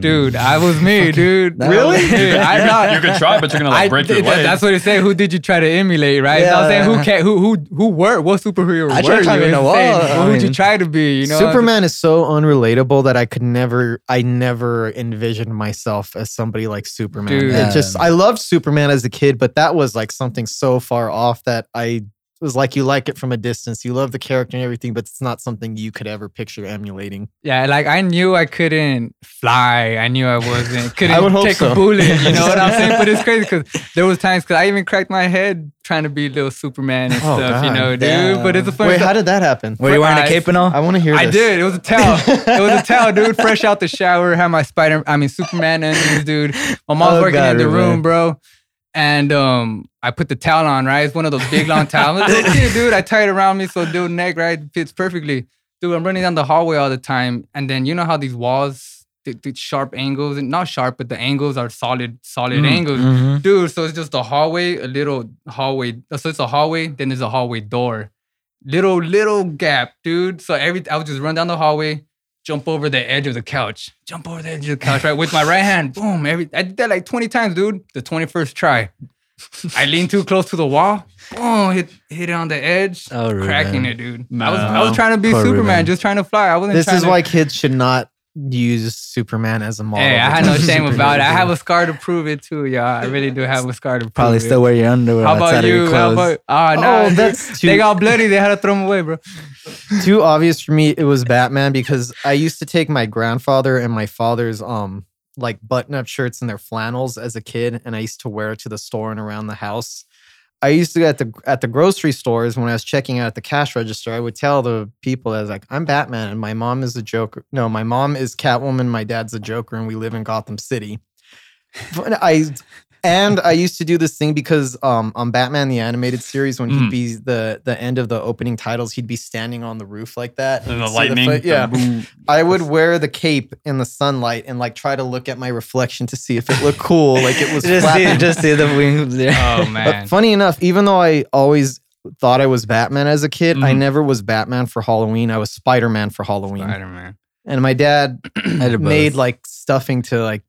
A: dude? I was [LAUGHS] me, dude.
C: That Really?
A: Dude,
C: was-
B: you,
A: I
B: could-
A: thought
B: you could try, but you're gonna like
A: I-
B: break your
A: th-
B: leg.
A: That's what it say. Who did you try to emulate, right? I'm saying who
C: Yeah.
A: can who who who were what superhero
C: I tried
A: were you?
C: climbing
A: It's
C: a wall.
A: saying,
C: I
A: who would you
C: mean,
A: try to be? You know,
D: Superman is so unrelatable that I could never, I never envisioned myself as somebody like Superman.
A: Dude.
D: It just, I loved Superman as a kid, but that was like something so far off that I it was like, you like it from a distance. You love the character and everything, but it's not something you could ever picture emulating.
A: yeah, like I knew I couldn't fly. I knew I wasn't couldn't
D: I would hope
A: take a
D: so.
A: bullet. You know what I'm saying? But it's crazy because there was times because I even cracked my head trying to be little Superman and
D: Oh,
A: stuff. You
D: God.
A: know, dude.
C: Yeah.
A: But it's a funny.
D: Wait,
A: stuff.
D: how did that happen?
C: Were you wearing a cape and all?
D: I want to hear
A: I
D: this.
A: did. It was a towel. it was a towel, dude. Fresh out the shower, had my Spider, I mean Superman undies, dude. My mom's
C: Oh,
A: working
C: God,
A: in the
C: Ruben.
A: room, bro. And um, I put the towel on, right? It's one of those big long towels. I'm a little kid, dude. I tie it around me so dude neck, right? Fits perfectly. Dude, I'm running down the hallway all the time. And then you know how these walls, the, the sharp angles, and not sharp, but the angles are solid, solid
B: Mm.
A: angles.
C: Mhm.
A: uh, Dude, so it's just a hallway, a little hallway. So it's a hallway, then there's a hallway door. little little gap, dude. So every I would just run down the hallway, jump over the edge of the couch, jump over the edge of the couch, right with my right hand. Boom! Every I did that like twenty times, dude. The twenty first try, I leaned too close to the wall. Boom! Hit hit it on the edge,
C: Oh, Ruben.
A: cracking it, dude. I was I
B: No.
A: was trying to be
C: Poor
A: Superman,
C: Ruben.
A: just trying to fly. I wasn't.
D: This
A: trying
D: is
A: to,
D: why kids should not use Superman as a model.
A: Hey, I had no
D: because [LAUGHS]
A: shame about it. I
D: superheroes
A: have
D: do.
A: a scar to prove it too, y'all. I really do have a scar to prove
C: Probably
A: it.
C: still wear your underwear.
A: How
C: on
A: about
C: Saturday
A: you? How
C: clothes. [LAUGHS]
A: about ah no? [LAUGHS]
D: Oh, that's
A: they
D: too-
A: got bloody. They had to throw them away, bro.
D: too obvious for me it was batman because i used to take my grandfather and my father's um like button-up shirts and their flannels as a kid and i used to wear it to the store and around the house i used to go at the at the grocery stores when i was checking out at the cash register i would tell the people i was like i'm batman and my mom is a joker no my mom is catwoman my dad's a joker and we live in gotham city But i and I used to do this thing because um, on Batman the animated series, when
B: Mm.
D: he'd be the the end of the opening titles, he'd be standing on the roof like that.
B: And the
D: So
B: lightning.
D: fi- yeah,
B: boom.
D: I would wear the cape in the sunlight and like try to look at my reflection to see if it looked cool,
C: [LAUGHS]
D: like it was
C: just see,
D: flapping.
C: just see the wings there.
A: [LAUGHS] [CLEARS THROAT] [LAUGHS] Oh
D: But
A: man,
D: funny enough, even though I always thought I was Batman as a kid, I
C: Mm-hmm.
B: Mhm.
D: never was Batman for Halloween. I was Spider Man for Halloween,
A: Spider Man.
D: and my dad
C: I did both.
D: made like stuffing to like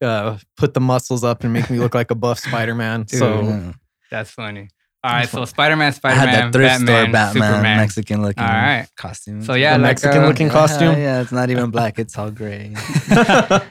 D: uh, put the muscles up and make me look like a buff Spider Man.
A: Dude.
D: So.
C: Yeah.
A: That's funny. All right, so Spider Man,
C: I
A: Spider
C: had
A: Man,
C: that thrift
A: Batman,
C: store Batman,
A: Superman.
C: Mexican looking
A: All right.
C: costume.
A: So yeah,
D: The
A: like,
D: Mexican
A: uh,
D: looking
C: Yeah, [LAUGHS]
D: costume.
C: Yeah, it's not even black. It's all gray.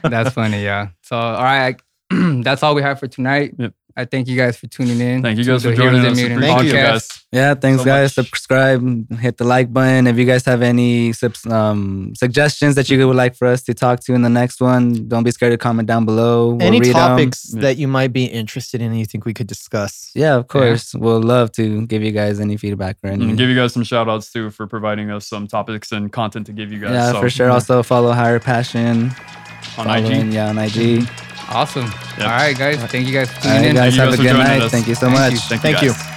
A: That's funny, yeah. So all right, [CLEARS THROAT] that's all we have for tonight.
B: Yep.
A: I thank you guys for tuning in.
B: Thank you
A: to
B: guys
A: the
B: for
A: Heroes
B: joining
A: and
B: us.
A: Mutant
B: Appreciate you
A: Podcast.
B: guys.
C: [LAUGHS] yeah, thanks
B: So
C: guys.
B: much.
C: Subscribe, hit the like button. If you guys have any subs- um, suggestions that you would like for us to talk to in the next one, don't be scared to comment down below. We'll
D: Any
C: read 'em.
D: topics
B: Yeah.
D: that you might be interested in, and you think we could discuss?
C: Yeah, of course. We'll love to give you guys any feedback or any.
B: And Mm, give you guys some shout outs too for providing us some topics and content to give you guys.
C: yeah,
B: so,
C: for sure. Also follow Higher Passion
B: On
C: follow
B: IG.
C: him, Yeah, on IG.
A: Awesome. All right, guys. Thank you guys for
C: All
A: tuning in.
C: right, guys,
B: you
C: have
B: guys
C: a
B: for
C: good
B: joining
C: night.
B: us.
C: Thank you so
A: Thank
C: much.
A: you.
B: Thank you.
D: Thank you.
B: guys.